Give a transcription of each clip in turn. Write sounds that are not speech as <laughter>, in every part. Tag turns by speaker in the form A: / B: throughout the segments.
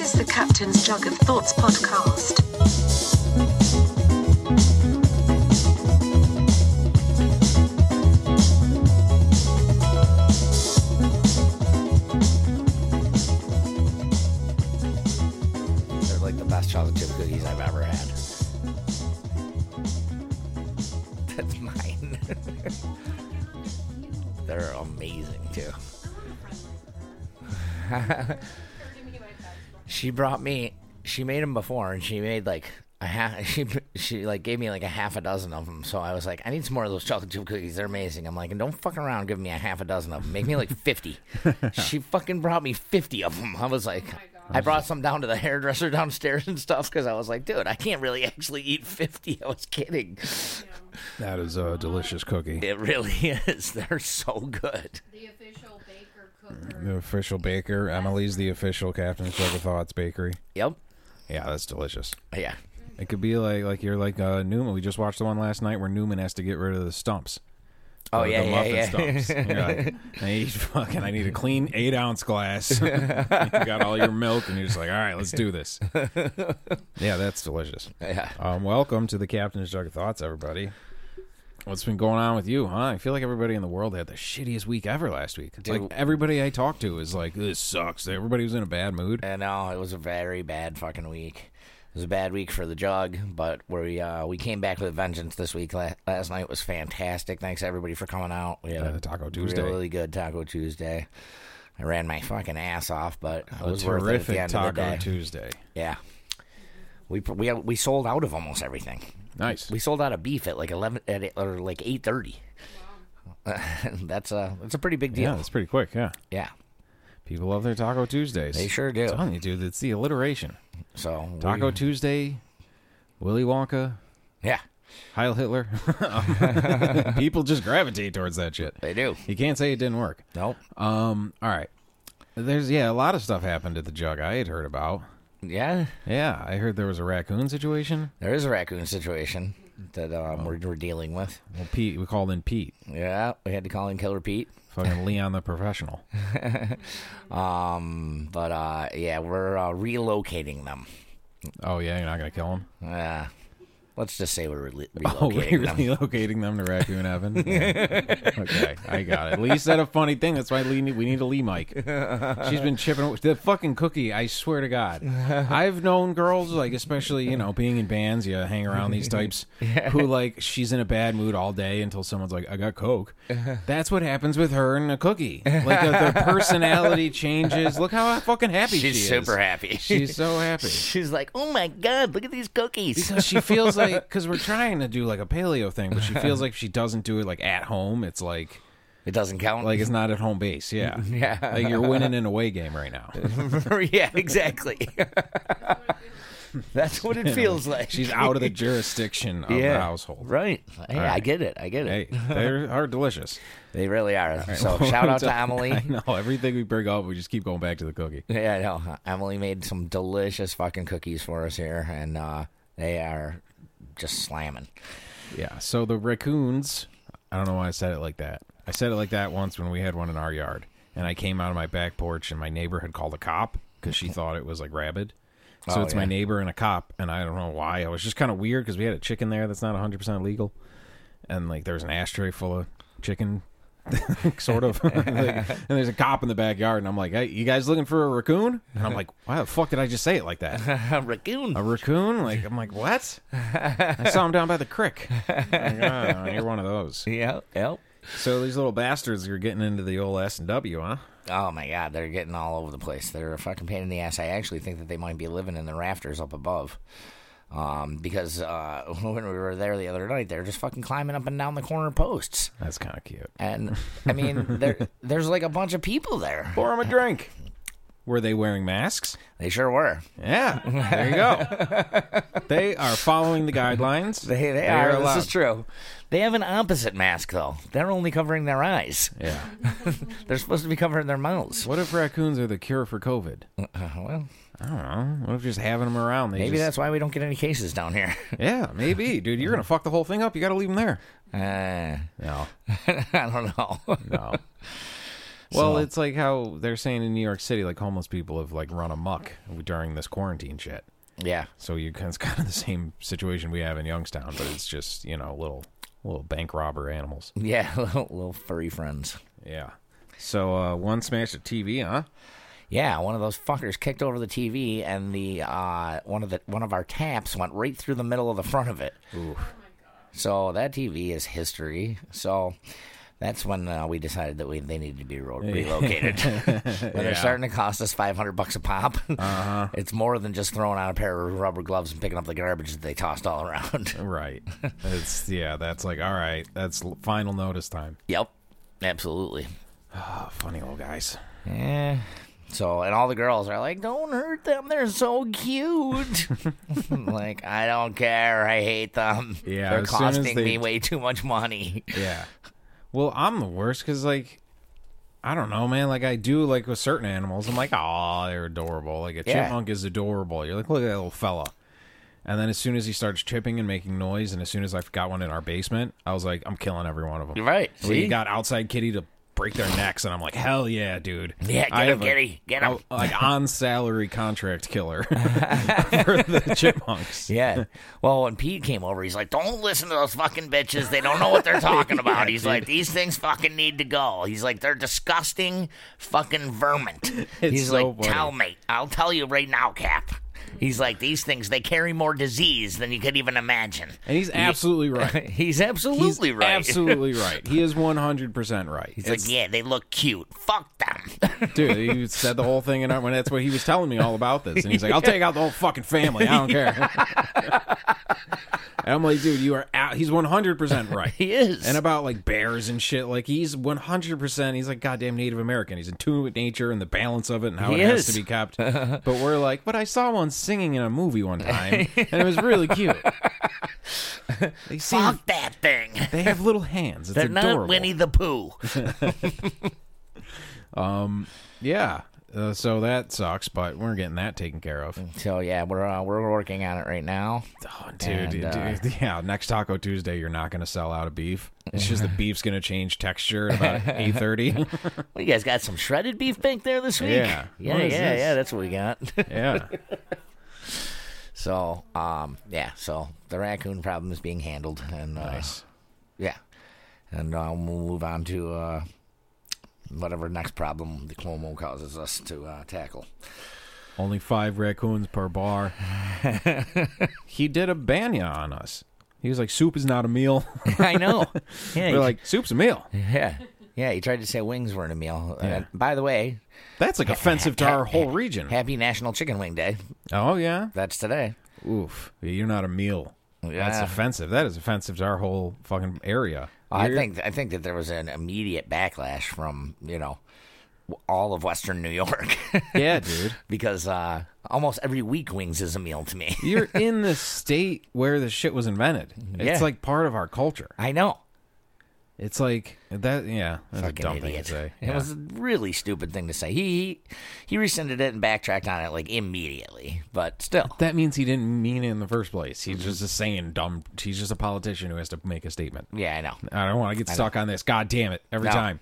A: Washington's Jug of Thoughts podcast.
B: They're like the best chocolate chip cookies I've ever had. <laughs> That's mine. <laughs> They're amazing too. she brought me. She made them before, and she made like a half. <laughs> She she like gave me like a half a dozen of them. So I was like, I need some more of those chocolate chip cookies. They're amazing. I'm like, and don't fuck around. Give me a half a dozen of them. Make me like fifty. she fucking brought me fifty of them. I was like. I brought some down to the hairdresser downstairs and stuff because I was like, dude, I can't really actually eat 50. I was kidding.
C: That is a delicious cookie.
B: It really <laughs> is. They're so good.
D: The official baker cooker.
C: The official baker. Emily's the official Captain Sugar Thoughts Bakery.
B: Yep.
C: Yeah, that's delicious.
B: Yeah.
C: It could be like like you're like uh, Newman. We just watched the one last night where Newman has to get rid of the stumps.
B: Oh,
C: Or
B: yeah,
C: the
B: yeah,
C: muffin
B: yeah.
C: stumps. <laughs> And You're like, I need <laughs> fucking. I need a clean eight ounce glass. <laughs> you got all your milk, and you're just like, all right, let's do <laughs> this. yeah, that's delicious.
B: Yeah.
C: Um, welcome to the Captain's Jug of Thoughts, everybody. What's been going on with you, huh? I feel like everybody in the world had the shittiest week ever last week. It's
B: Dude.
C: Like everybody I talked to is like, "This sucks." Everybody was in a bad mood.
B: And no, it was a very bad fucking week. It was a bad week for the jug, but we uh, we came back with a vengeance this week. La- last night was fantastic. Thanks everybody for coming out. We had
C: Uh, Taco Tuesday.
B: really good Taco Tuesday. I ran my fucking ass off, but it
C: A
B: was worth it at the
C: terrific
B: end of the
C: Taco
B: day.
C: Tuesday.
B: yeah, we we we sold out of almost everything.
C: Nice.
B: We sold out of beef at like eleven at eight- or like eight thirty. <laughs> that's a that's a pretty big
C: yeah,
B: deal.
C: that's pretty quick. Yeah,
B: Yeah.
C: people love their Taco Tuesdays.
B: They sure do.
C: I'm telling you, dude, it's the alliteration.
B: So we-
C: Taco Tuesday, Willy Wonka,
B: yeah, <laughs>
C: Heil Hitler. <laughs> people just gravitate towards that shit.
B: they do.
C: You can't say it didn't work.
B: Nope.
C: Um. All right. There's yeah, a lot of stuff happened at the jug I had heard about.
B: Yeah.
C: Yeah, I heard there was a raccoon situation.
B: There is a raccoon situation that
C: Oh.
B: um, we're, we're dealing with.
C: Well, Pete, we called in Pete,
B: Yeah, we had to call in Killer Pete.
C: fucking Leon the professional.
B: Um, but uh, yeah, we're uh, relocating them.
C: Oh yeah, you're not gonna kill him.
B: Uh, let's just say we're rele
C: <laughs> Oh, we're
B: relocating them.
C: <laughs> relocating them to
B: <laughs>
C: Raccoon Heaven. Yeah. Okay, I got it. Lee said a funny thing. That's why Lee, we need a Lee mic. She's been chipping away- the fucking cookie. I swear to God,
B: <laughs>
C: I've known girls like, especially you know, being in bands, you hang around
B: <laughs>
C: these types who like she's in a bad mood all day until someone's like, "I
B: <laughs>
C: got coke." That's what happens with her and a cookie. Like uh,
B: <laughs>
C: their personality changes. Look how fucking happy
B: She's
C: she is.
B: super happy.
C: She's
B: <laughs>
C: so happy.
B: She's like, oh my god, look at these cookies.
C: Because she feels like because we're trying to do like a paleo thing, but she feels like if she doesn't do it like at home, it's like
B: It doesn't count.
C: like it's not at home base. Yeah,
B: <laughs> Yeah.
C: <laughs> Like you're winning an away game right now.
B: <laughs> yeah, exactly. That's what it feels like.
C: She's out
B: <laughs>
C: of the jurisdiction of
B: yeah.
C: the household.
B: Right. Hey, I
C: right.
B: get it. I get it.
C: Hey, they are delicious.
B: They really are.
C: <laughs>
B: So shout out to Emily.
C: I know everything we bring up, we just keep going back to the cookie.
B: <laughs> Yeah, I know. Emily made some delicious fucking cookies for us here, and uh, they are just slamming.
C: Yeah. So the raccoons. I don't know why I said it like that. I said it like that once when we had one in our yard, and I came out of my back porch, and my neighbor had called a cop because she thought it was like rabid. So
B: Oh,
C: it's
B: yeah.
C: my neighbor and a cop, and I don't know why. I was just kind of weird because we had a chicken there that's not 100 percent legal, and like there was an ashtray full of chicken. <laughs> sort of, <laughs> Like, and there's a cop in the backyard, and I'm like, "Hey, you guys looking for a raccoon?" And I'm like, "Why the fuck did I just say it like that?"
B: <laughs> A raccoon.
C: a raccoon? Like I'm like, what? I saw him down by the creek. Like, oh, you're one of those.
B: Yep, yep.
C: So these little bastards are getting into the old S and W, huh?
B: Oh my god, they're getting all over the place. They're a fucking pain in the ass. I actually think that they might be living in the rafters up above. Um, because uh, <laughs> when we were there the other night, they're just fucking climbing up and down the corner posts.
C: That's kind of cute.
B: And I <laughs> mean, there, there's like a bunch of people there.
C: Pour them a drink. Were they wearing masks?
B: They sure were.
C: Yeah, there you go.
B: <laughs>
C: they are following the guidelines.
B: They, they, are. This is true. They have an opposite mask though. They're only covering their eyes.
C: Yeah.
B: They're supposed to be covering their mouths. <laughs>
C: What if raccoons are the cure for COVID?
B: Uh, well,
C: I don't know. What if just having them around? They
B: maybe
C: just-
B: that's why we don't get any cases down here. <laughs>
C: yeah, maybe, dude. You're gonna fuck the whole
B: <laughs>
C: thing up. You got to leave them there.
B: Uh,
C: No, <laughs>
B: I don't know.
C: no. Well,
B: So-
C: it's like how they're saying in New York City, like homeless people have like run amok during this quarantine shit.
B: <laughs> Yeah.
C: So you it's kind of the same situation we have in Youngstown, but it's just you know little little bank robber animals.
B: Yeah, <laughs> little, little furry friends.
C: Yeah. So uh, one smashed a TV, huh?
B: Yeah, one of those fuckers kicked over the TV, and the uh, one of the one of our taps went right through the middle of the front of it. So that TV is history. So that's when uh, we decided that we they needed to be ro- relocated. <laughs> when
C: Yeah.
B: they're starting to cost us five hundred bucks a pop, <laughs> it's more than just throwing on a pair of rubber gloves and picking up the garbage that they tossed all around. <laughs>
C: Right. it's yeah. <laughs> That's like all right. That's l- final notice time.
B: yep, absolutely.
C: Oh, funny little guys.
B: Yeah. Eh. So, and all the girls are like, don't hurt them. They're so
C: <laughs>
B: cute. <laughs> I'm like, I don't care. I hate them.
C: Yeah,
B: They're
C: as soon as
B: costing
C: they-
B: me way too much
C: <laughs>
B: money.
C: Yeah. Well, I'm the worst because like. I don't know, man. Like I do, like with certain animals, I'm like, oh, they're adorable. Like a
B: Yeah.
C: chipmunk is adorable. You're like, look at that little fella. And then as soon as he starts chipping and making noise, and as soon as I've got one in our basement, I was like, I'm killing every one of them.
B: You're right.
C: We
B: See?
C: got outside kitty to break their necks, and I'm like, hell yeah, dude.
B: Yeah, get
C: I
B: him,
C: have a-
B: kitty. Get him.
C: a- Like on salary contract
B: <laughs>
C: killer <laughs> for the chipmunks.
B: yeah. Well, when Pete came over, he's like, don't listen to those fucking bitches. They don't know what they're talking about. he's like, these things fucking need to go. He's like, they're disgusting fucking
C: <laughs>
B: vermin. he's
C: so
B: like,
C: funny.
B: tell me. I'll tell you right now, Cap. He's like, these things, they carry more disease than you could even imagine.
C: And he's
B: <laughs>
C: absolutely right.
B: He's
C: He's
B: absolutely right. <laughs>
C: absolutely right. He is 100% right.
B: He's like, yeah, they look cute. Fuck
C: <laughs>
B: them.
C: Dude, he said the whole thing, and I- when that's what he was telling me all about this. And
B: <laughs>
C: he's like, "I'll take out the whole fucking family. I don't care." and I'm like, "Dude, you are out." He's 100 percent right.
B: <laughs> he is.
C: And about like bears and shit. Like he's 100. percent He's like goddamn Native American. He's in tune with nature and the balance of it and how
B: He
C: it
B: is.
C: has to
B: <laughs>
C: be kept. but we're like, but I saw one singing in a movie one time, and it was
B: <laughs>
C: really cute. They sing.
B: Fuck that thing.
C: They have little hands. It's
B: They're
C: adorable.
B: not Winnie the
C: <laughs>
B: Pooh.
C: Yeah. Uh, so that sucks, but we're getting that taken care of.
B: so yeah, we're uh, we're working on it right now.
C: Oh, dude,
B: And, uh,
C: dude, <laughs> yeah. Next Taco Tuesday, you're not gonna sell out of beef. It's
B: <laughs>
C: just the beef's gonna change texture at about eight thirty.
B: Well, you guys got some shredded beef back there this week.
C: Yeah.
B: yeah,
C: What
B: yeah,
C: is this?
B: yeah. That's what we got. <laughs>
C: yeah,
B: so, um, yeah. So the raccoon problem is being handled, and uh,
C: nice.
B: yeah, and uh, we'll move on to uh, whatever next problem the Cuomo causes us to uh, tackle.
C: <laughs> Only five raccoons
B: <laughs>
C: per bar. he did a banya on us. He was like, "Soup is not a meal." <laughs>
B: I <laughs> know. Yeah,
C: We're
B: you-
C: like, "Soup's a meal."
B: Yeah. Yeah, he tried to say wings weren't a meal. Uh, by the way,
C: That's like offensive to our whole region.
B: happy National Chicken Wing Day.
C: Oh yeah.
B: That's today.
C: Oof. You're not a meal. That's
B: Yeah.
C: offensive. That is offensive to our whole fucking
B: <laughs>
C: area.
B: I
C: You're-
B: think I think that there was an immediate backlash from, you know, w- all of Western New York <laughs>
C: Yeah, dude.
B: because uh, almost every week wings is a meal to me.
C: You're in the state where the shit was invented.
B: Yeah.
C: It's like part of our culture.
B: <laughs> I know.
C: It's like that. Yeah, that's
B: Fucking
C: a dumb
B: idiot.
C: thing to say.
B: It
C: Yeah.
B: was a really stupid thing to say. He he rescinded it and backtracked on it like immediately, but still.
C: <laughs> that means he didn't mean it in the first place. He's just a saying dumb. He's just a politician who has to make a statement.
B: Yeah, I know.
C: I don't want to get stuck on this. God damn it! Every
B: No.
C: time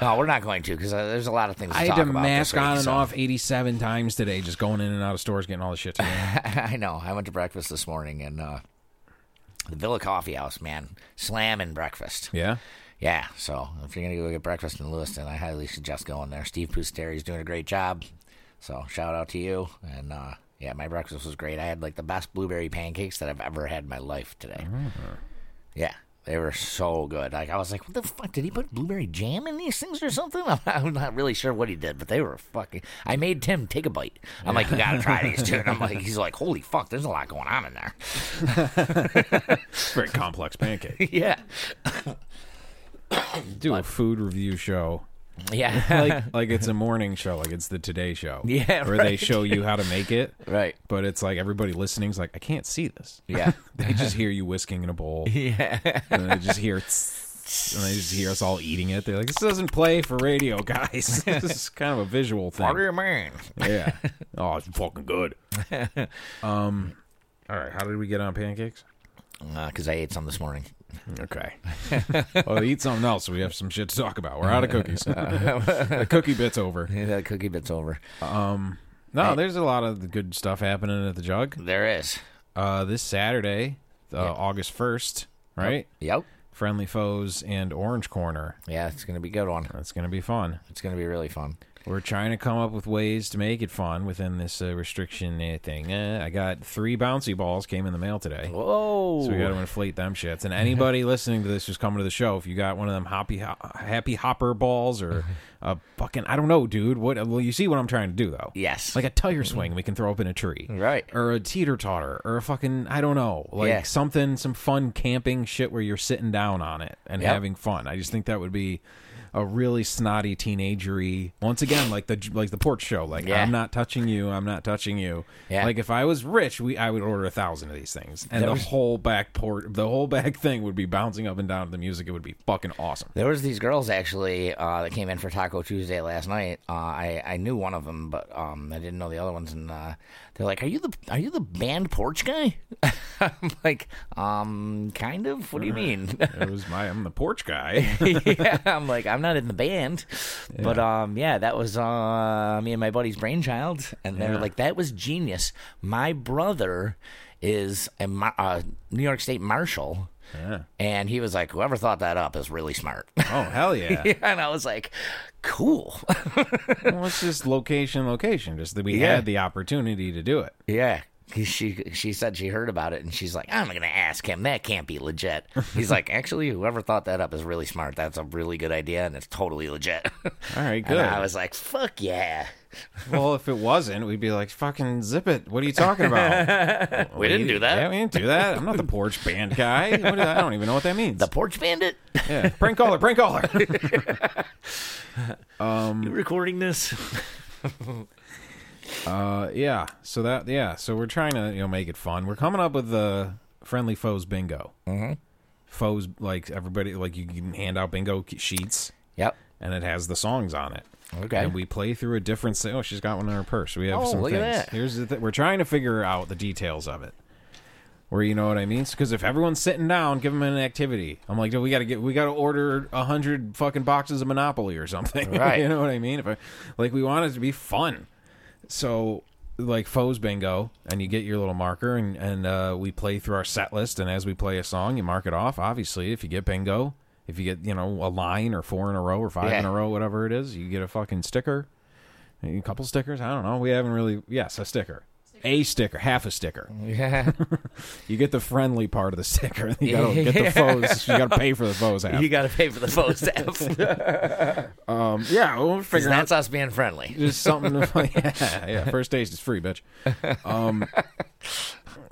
B: No, we're not going to because uh, there's a lot of things to
C: I
B: talk
C: had to
B: about this
C: mask
B: week,
C: on and
B: so-
C: off eighty-seven times today, just going in and out of stores, getting all the
B: <laughs>
C: shit together.
B: I know. I went to breakfast this morning and uh the Villa Coffee House, man, slamming breakfast.
C: yeah,
B: Yeah, so if you're gonna go get breakfast in Lewiston, I highly suggest going there. Steve Pusteri's doing a great job, so shout out to you. And uh, yeah, my breakfast was great. I had like the best blueberry pancakes that I've ever had in my life today. Yeah, they were so good. Like I was like, what the fuck? Did he put blueberry jam in these things or something? <laughs> I'm, I'm not really sure what he did, but they were fucking. I made Tim take a bite. I'm like, you gotta try these too. And I'm like, he's like, holy fuck, there's a lot going on in there. <laughs>
C: it's a very
B: <laughs>
C: complex pancake.
B: yeah,
C: Do a food
B: <laughs>
C: review show.
B: yeah,
C: Like, like it's a morning show, like it's the Today Show.
B: Yeah,
C: where they
B: right.
C: show you how to make it.
B: <laughs> <laughs> right,
C: But it's like everybody listening's like, I can't see this.
B: yeah.
C: <laughs> They just hear you whisking in
B: <laughs>
C: a bowl. Yeah. And they just hear, tss, and they just hear us all eating it. They're like, this doesn't play for radio, guys. <laughs> this is kind of a visual
B: What do
C: thing.
B: you mean? <laughs>
C: Yeah. Oh, it's fucking good. Um. All right. How did we get on pancakes?
B: because Uh, I ate some this morning. <laughs>
C: Okay. well, eat something else. We have some shit to talk about. We're out
B: <laughs>
C: of cookies. the cookie bit's over.
B: Yeah, that cookie bit's over.
C: No, there's a lot of good stuff happening at the jug.
B: There is.
C: Uh, this Saturday, uh, August 1st, right?
B: Yep.
C: Friendly Foes and Orange Corner.
B: Yeah, it's gonna be a good one.
C: That's going to be fun.
B: It's gonna be really fun.
C: We're trying to come up with ways to make it fun within this uh, restriction uh, thing. Uh, I got three bouncy balls came in the mail today.
B: Whoa.
C: So we got to inflate them
B: <laughs>
C: shits. And anybody listening to this who's coming to the show, if you got one of them hoppy ho- happy hopper balls
B: <laughs>
C: or a fucking I don't know, dude. What? Well, you see what I'm trying to do though.
B: Yes.
C: Like a tire swing we can throw up in a tree,
B: Right.
C: Or a teeter totter, or a fucking I don't know, like
B: Yeah.
C: something, some fun camping shit where you're sitting down on it and
B: Yep.
C: having fun. I just think that would be. A really snotty teenagery. Once again, like the like the porch show. Like
B: Yeah.
C: I'm not touching you. I'm not touching you.
B: Yeah.
C: Like if I was rich, we I would order a thousand of these things, and
B: There
C: the
B: was-
C: whole back port, the whole back thing would be bouncing up and down to the music. It would be fucking awesome.
B: There was these girls actually uh, that came in for Taco Tuesday last night. Uh, I I knew one of them, but um, I didn't know the other ones. And uh, they're like, "Are you the are you the band porch guy?" <laughs> I'm like, um, kind of. What do you mean? <laughs>
C: It was my I'm the porch guy. <laughs>
B: yeah, I'm like, I'm not in the band, but um, yeah, that was uh, me and my buddy's brainchild, and they're
C: Yeah.
B: like, that was genius. My brother is a mar- uh, New York State Marshal,
C: Yeah.
B: and he was like, whoever thought that up is really smart. <laughs>
C: Oh hell yeah!
B: and I was like, cool. <laughs>
C: Well, it's just location, location. Just that we
B: Yeah.
C: had the opportunity to do it.
B: yeah. 'Cause She she said she heard about it and she's like I'm gonna ask him that can't be
C: <laughs>
B: legit. He's like actually whoever thought that up is really smart. That's a really good idea and it's totally legit. <laughs>
C: All right,
B: And
C: good.
B: I was <laughs> like fuck yeah.
C: well, if it wasn't, we'd be like, fucking zip it. What are you talking
B: <laughs>
C: about?
B: We didn't do that.
C: Yeah, we didn't do that. I'm not the porch band guy. What is- I don't even know what that means.
B: The porch bandit. <laughs>
C: yeah. Prank caller, prank caller.
B: You recording this?
C: Uh, yeah. So that yeah. So we're trying to you know make it fun. We're coming up with the friendly foes bingo. Mm-hmm. Foes like everybody like you can hand out bingo k- sheets
B: Yep.
C: and it has the songs on it.
B: Okay.
C: And we play through a different. sa- Oh, she's got one in her purse. We have
B: Oh,
C: some
B: look at
C: things.
B: that.
C: Here's the th- we're trying to figure out the details of it. Where you know what I mean? Because if everyone's sitting down, give them an activity. I'm like, "Dude, we gotta get, we gotta order a hundred fucking boxes of Monopoly or something. <laughs>
B: Right.
C: you know what I mean? If I, like, we want it to be fun. So like foes bingo, and you get your little marker, and and uh, we play through our set list. And as we play a song, you mark it off. Obviously, if you get bingo, if you get you know a line or four in a row or five in
B: Yeah.
C: a row, whatever it is, you get a fucking sticker, Maybe a couple stickers. I don't know. We haven't really. Yes, a sticker. A sticker, half a sticker.
B: Yeah.
C: <laughs> You get the friendly part of the sticker. <laughs> You
B: <laughs>
C: gotta get the foes. You gotta pay for the foes
B: <laughs>
C: half.
B: you got to pay for the phone <laughs> staff.
C: Um, yeah, we'll figure out
B: that's us being friendly.
C: just something <laughs> to yeah, yeah. First taste is free, bitch. <laughs> Um,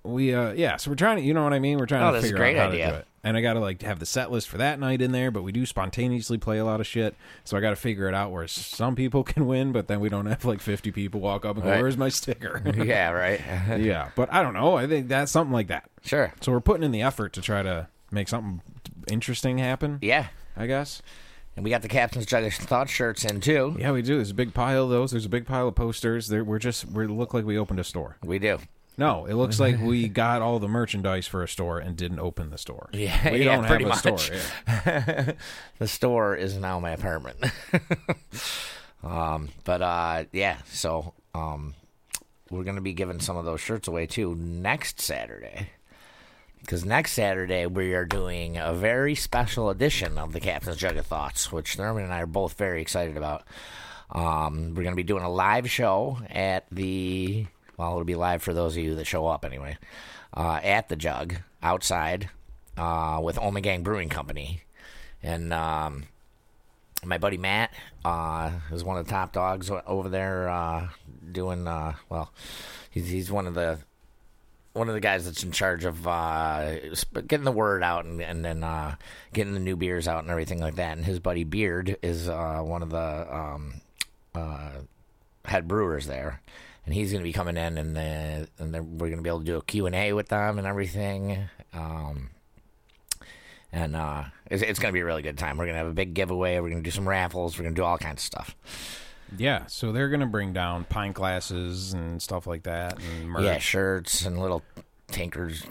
C: we uh, yeah. So we're trying to, you know what I mean? We're trying
B: Oh,
C: to
B: that's a
C: figure
B: great
C: out how to
B: idea.
C: do it. And I gotta like have the set list for that night in there, but we do spontaneously play a lot of shit. So I gotta figure it out where some people <laughs> can win, but then we don't have like fifty people walk up and go,
B: Right.
C: "Where's my sticker?"
B: <laughs> yeah. Right.
C: <laughs> yeah, but I don't know. I think that's something like that.
B: <laughs> Sure.
C: So we're putting in the effort to try to make something interesting happen.
B: Yeah.
C: I guess.
B: And we got the captain's jugger's thought shirts in too.
C: Yeah, we do. There's a big pile of those. There's a big pile of posters. There, we're just we look like we opened a store.
B: We do.
C: No, it looks like we got all the merchandise for a store and didn't open the store.
B: Yeah,
C: we
B: yeah,
C: don't
B: pretty
C: have a
B: much.
C: store. yeah.
B: The store is now my apartment. <laughs> um, but uh, yeah. So um, we're gonna be giving some of those shirts away too next Saturday. Because next Saturday we are doing a very special edition of the Captain's Jug of Thoughts, which Norman and I are both very excited about. Um, we're going to be doing a live show at the well, it'll be live for those of you that show up anyway. Uh, at the Jug outside uh, with Omegang Brewing Company, and um, my buddy Matt uh, is one of the top dogs o- over there uh, doing uh, well. He's he's one of the one of the guys that's in charge of uh, sp- getting the word out and and then uh, getting the new beers out and everything like that. And his buddy Beard is uh, one of the um, uh, head brewers there, and he's going to be coming in and uh, and then we're going to be able to do a Q and A with them and everything. Um, and uh, it's, it's going to be a really good time. We're going to have a big giveaway. We're going to do some raffles. We're going to do all kinds of stuff.
C: Yeah, so they're gonna bring down pint glasses and stuff like that, and merch.
B: Yeah, shirts and little tinkers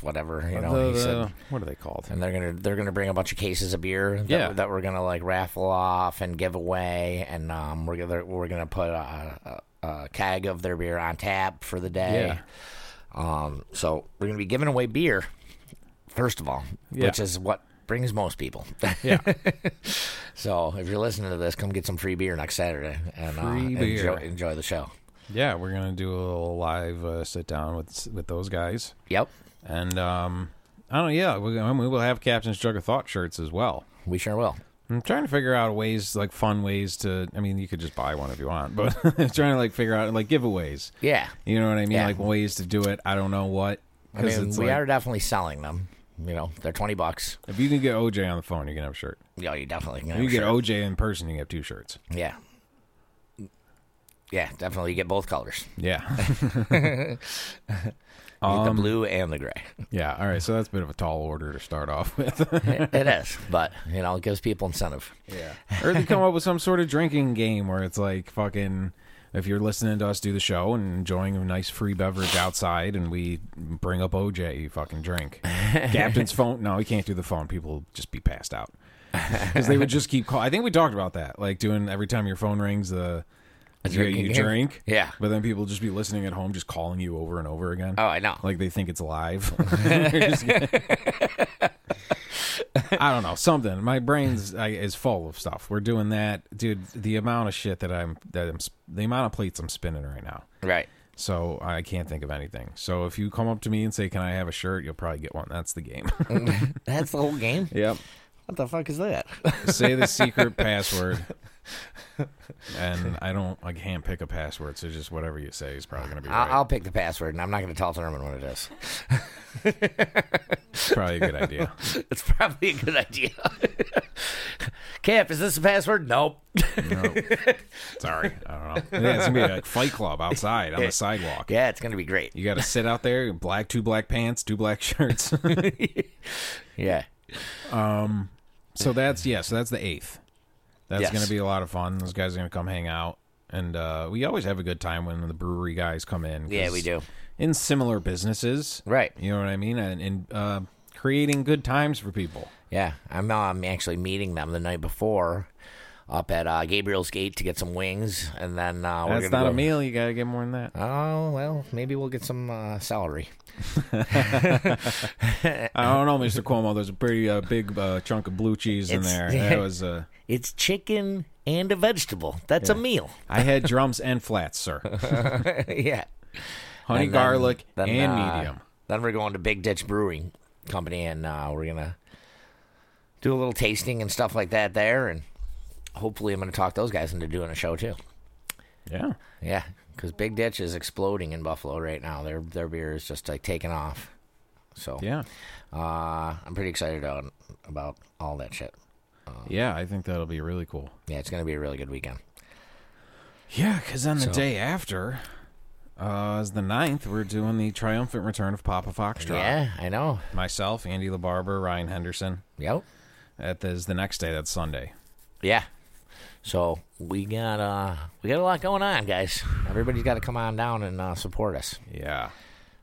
B: whatever you know.
C: The-
B: he
C: the-
B: said,
C: what are they called?
B: and they're gonna they're gonna bring a bunch of cases of beer that,
C: Yeah.
B: that we're gonna like raffle off and give away, and um, we're gonna we're gonna put a, a, a keg of their beer on tap for the day. Um, so we're gonna be giving away beer first of all,
C: Yeah.
B: which is what brings most people.
C: Yeah.
B: <laughs> so if you're listening to this, come get some free beer next Saturday and uh,
C: Free beer.
B: Enjoy, enjoy the show.
C: Yeah, we're gonna do a little live uh, sit down with with those guys,
B: Yep,
C: and um, I don't. Yeah, we, I mean, we will have Captain's Jug of Thought shirts as well.
B: we sure will.
C: I'm trying to figure out ways, like fun ways to. I mean, you could just buy one if you want, but <laughs> trying to like figure out like giveaways.
B: Yeah,
C: You know what I mean?
B: Yeah.
C: Like ways to do it. I don't know what.
B: I
C: 'cause
B: mean
C: it's
B: we
C: like,
B: are definitely selling them. You know, they're twenty bucks.
C: If you can get OJ on the phone, you can have a shirt.
B: Yeah, you definitely can.
C: If you
B: have a
C: get
B: shirt.
C: OJ in person, you can have two shirts.
B: Yeah. Yeah, definitely. You get both colors.
C: Yeah.
B: <laughs>
C: <laughs>
B: You
C: Um,
B: get the blue and the
C: <laughs>
B: gray.
C: yeah. All right. So that's a bit of a tall order to start off with.
B: it is, but you know, it gives people incentive.
C: Yeah. or they come up with some sort of drinking game where it's like fucking if you're listening to us do the show and enjoying a nice free beverage outside and we bring up OJ, you
B: <laughs>
C: fucking drink. Captain's phone. No, we can't do the phone. People will just be passed out. Because they would just keep call. I think we talked about that. Like doing every time your phone rings, the you,
B: drinking
C: you
B: game?
C: drink.
B: Yeah.
C: But then people just be listening at home, just calling you over and over again.
B: Oh, I know.
C: Like they think it's live. They're just- I don't know something. My brain's I, is full of stuff. We're doing that, dude. The amount of shit that I'm that I'm s- the amount of plates I'm spinning right now.
B: right.
C: So I can't think of anything. So if you come up to me and say, "Can I have a shirt?" You'll probably get one. That's the game.
B: That's the whole game.
C: yep.
B: What the fuck is that?
C: Say the secret password. And I don't. I can't pick a password. So just whatever you say is probably gonna be right.
B: I'll, I'll pick the password, and I'm not going to tell Thurman what it <laughs> is.
C: It's probably a good idea.
B: It's probably a good idea. <laughs> Cap, is this the password? Nope.
C: No. Sorry, I don't know. Yeah, it's gonna be like Fight Club outside on the
B: <laughs>
C: sidewalk.
B: Yeah, it's going to be great.
C: You got to sit out there, in black two black pants, two black shirts. <laughs>
B: Yeah.
C: so that's yeah. So that's the eighth. That's
B: Yes.
C: gonna be a lot of fun. Those guys are gonna come hang out, and uh, we always have a good time when the brewery guys come in. 'cause
B: Yeah, we do.
C: In similar businesses,
B: Right.
C: You know what I mean, and, and uh, creating good times for people.
B: Yeah, I'm um, actually meeting them the night before up at uh, Gabriel's Gate to get some wings, and then uh, we're
C: that's
B: gonna
C: not
B: go-
C: a meal. You gotta get more than that.
B: Oh well, maybe we'll get some uh, celery.
C: I don't know, Mr. Cuomo. There's a pretty uh, big uh, chunk of blue cheese in
B: It's- <laughs>
C: there. That was. Uh,
B: It's chicken and a vegetable. That's a meal. <laughs>
C: I had drums and flats, sir.
B: yeah,
C: Honey
B: And then-
C: garlic
B: then,
C: and
B: uh,
C: medium.
B: Then we're going to Big Ditch Brewing Company, and uh, we're gonna do a little tasting and stuff like that there, and hopefully I'm gonna talk those guys into doing a show too.
C: Yeah.
B: Yeah, because Big Ditch is exploding in Buffalo right now. Their their beer is just like taking off. So
C: Yeah.
B: Uh, I'm pretty excited on, about all that shit.
C: Yeah, I think that'll be really cool.
B: Yeah, it's gonna be a really good weekend.
C: Yeah, because then the
B: So-
C: day after uh, is the 9th. We're doing the triumphant return of Papa Foxtrot.
B: Yeah, I know.
C: Myself, Andy LaBarber, Ryan Henderson.
B: Yep.
C: That is the next day. That's Sunday.
B: Yeah. So we got uh we got a lot going on, guys. Everybody's got to come on down and uh, support us.
C: Yeah.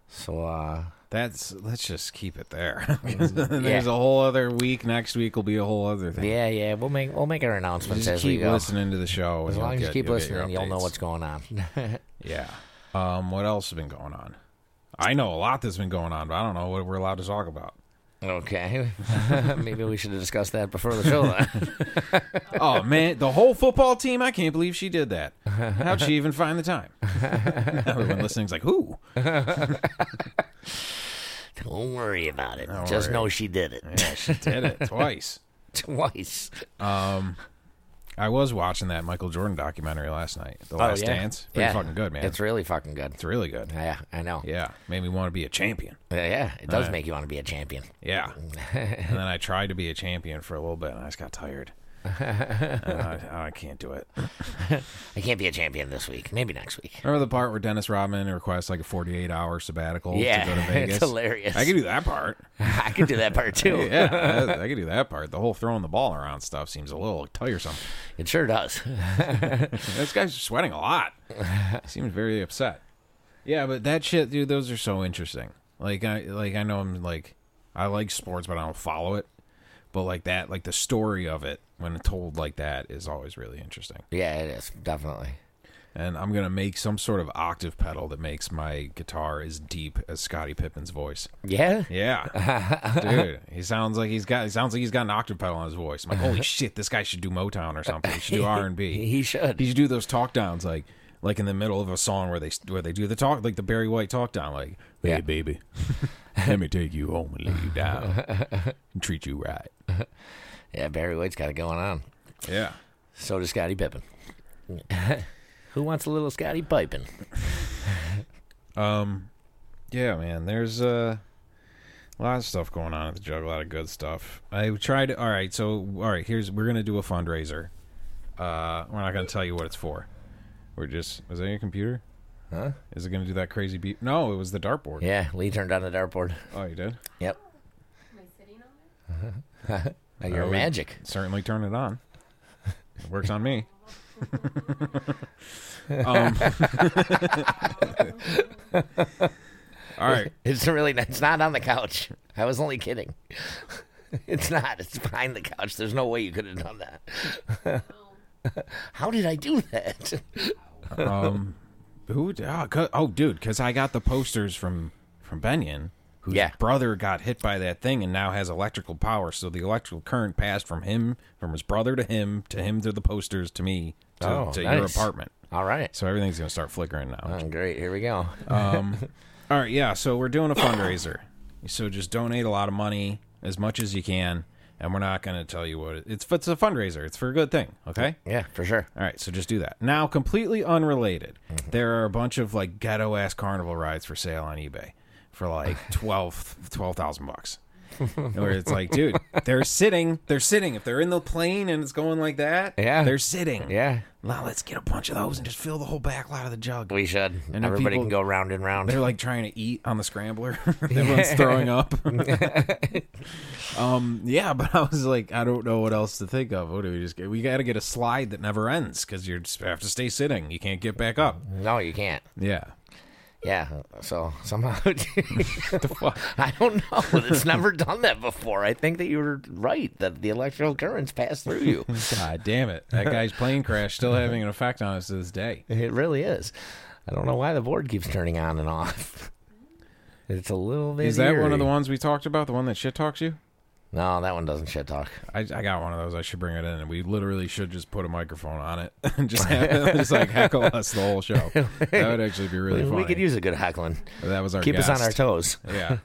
B: So uh
C: That's let's just keep it there. <laughs> 'Cause There's a whole other week. Next week will be a whole other thing.
B: Mm-hmm. yeah, yeah, we'll make we'll make our
C: You
B: announcements
C: Just
B: as we
C: keep
B: go.
C: listening to the show.
B: As
C: and you'll
B: long as you
C: get-
B: keep
C: you'll get your
B: listening, you'll know
C: updates.
B: what's going
C: <laughs>
B: on.
C: Yeah. Um, what else has been going on? I know a lot that's been going on, but I don't know what we're allowed to talk about.
B: <laughs>
C: <laughs>
B: okay. Maybe we should have discussed that before the show. then.
C: oh man, the whole football team! I can't believe she did that. How'd she even find
B: <laughs>
C: the time? Everyone listening's like, "Who?"
B: Don't worry about it.
C: Don't
B: Just
C: worry.
B: know she did it
C: Yeah, she did it twice.
B: <laughs> twice.
C: I was watching that Michael Jordan documentary last night, The Last Dance. Pretty
B: Oh, yeah.
C: fucking good, man.
B: It's really fucking good.
C: it's really good.
B: Yeah, I know.
C: Yeah, made me want to be a champion.
B: Yeah, yeah, it does make you want to be a champion. <laughs>
C: Yeah. and then I tried to be a champion for a little bit, and I just got tired. And I, I can't do it.
B: I can't be a champion this week. Maybe next week. <laughs>
C: Remember the part where Dennis Rodman requests like a 48 hour sabbatical to go to
B: Yeah, <laughs>
C: Vegas?
B: it's hilarious.
C: I could do that
B: <laughs>
C: part.
B: I could do that
C: <laughs>
B: part too.
C: Yeah, I, I could do that part. The whole throwing the ball around stuff seems a little tiresome.
B: It sure does. <laughs>
C: This guy's sweating a lot. He seems very upset. Yeah, but that shit, dude, those are so interesting. Like I like I know I'm like I like sports, but I don't follow it. But like that, like the story of it when told like that is always really interesting.
B: Yeah, it is definitely.
C: And I'm gonna make some sort of octave pedal that makes my guitar as deep as Scottie Pippen's voice.
B: Yeah.
C: Yeah, dude, he sounds like he's got. He sounds like he's got an octave pedal on his voice. I'm like,
B: <laughs>
C: holy shit, this guy should do Motown or something. He should do R and B.
B: He should.
C: He should do those talk downs, like like in the middle of a song where they where they do the talk, like the Barry White talk down, like, hey
B: Yeah.
C: baby, <laughs> let me take you home and lay you down, and treat you
B: <laughs>
C: right.
B: Yeah, Barry White's got it going on.
C: Yeah,
B: So does Scotty Pippen. <laughs> Who wants a little Scotty Pippen?
C: yeah, man. There's uh, a lot of stuff going on at the jug. A lot of good stuff. I tried. All right, so all right, here's we're gonna do a fundraiser. Uh, we're not gonna tell you what it's for. We're just. Is that your computer?
B: Huh?
C: Is it gonna do that crazy beep? No, it was the dartboard.
B: Yeah, Lee turned on the dartboard.
C: Oh, you did.
B: Yep.
D: Am I sitting on it?
B: Now you're
C: Oh, we-
B: magic.
C: certainly turn it on. It works
B: <laughs>
C: on me. <laughs> um, <laughs> all right.
B: It's really it's not on the couch. I was only kidding. <laughs> It's not. It's behind the couch. There's no way you could have done that. <laughs> How did I do that? <laughs>
C: Um, who? d- Oh, cu- oh, dude, because I got the posters from from Benyon, whose
B: Yeah.
C: brother got hit by that thing and now has electrical power. So the electrical current passed from him, from his brother to him, to him to the posters, to me, to,
B: Oh,
C: to your
B: nice.
C: apartment.
B: All right.
C: So everything's gonna start flickering now.
B: Oh, great. Here we go.
C: Uh, All right, yeah. So we're doing a fundraiser. so just donate a lot of money, as much as you can, and we're not going to tell you what it, it's. It's a fundraiser. It's for a good thing. Okay.
B: Yeah, for sure.
C: All right. So just do that. Now, completely unrelated,
B: Mm-hmm.
C: there are a bunch of like ghetto ass carnival rides for sale on eBay
B: <laughs>
C: for like 12 12,000 bucks. Where it's like, dude, they're sitting. They're sitting. If they're in the plane and it's going like that,
B: Yeah.
C: they're sitting.
B: Yeah,
C: Now let's get a bunch of those and just fill the whole back lot of the jug.
B: we should.
C: And if
B: Everybody
C: people-
B: can go round and round.
C: <laughs> They're like trying to eat on
B: <laughs>
C: the scrambler. <laughs> Everyone's throwing up. um, yeah, but I was like, I don't know what else to think of. What do we just get? We got to get a slide that never ends because you just have to stay sitting. You can't get back up.
B: No, you can't.
C: Yeah.
B: Yeah. So somehow, <laughs>
C: The fuck?
B: I don't know. It's never done that before. I think that you were right that the electrical currents pass through you.
C: <laughs> God damn it! That guy's plane crash still having an effect on us to this day.
B: It really is. I don't know why the board keeps turning on and off. It's a little bit.
C: Is that one of
B: eerie.
C: the ones we talked about? The one that shit talks you?
B: No, that one doesn't shit talk.
C: I, I got one of those. I should bring it in, and we literally should just put a microphone on it and just have it just like heckle us the
B: <laughs>
C: whole show. That would actually be really funny.
B: We could use a good heckling.
C: that was our
B: Keep us on our
C: guest.
B: toes. <laughs>
C: Yeah.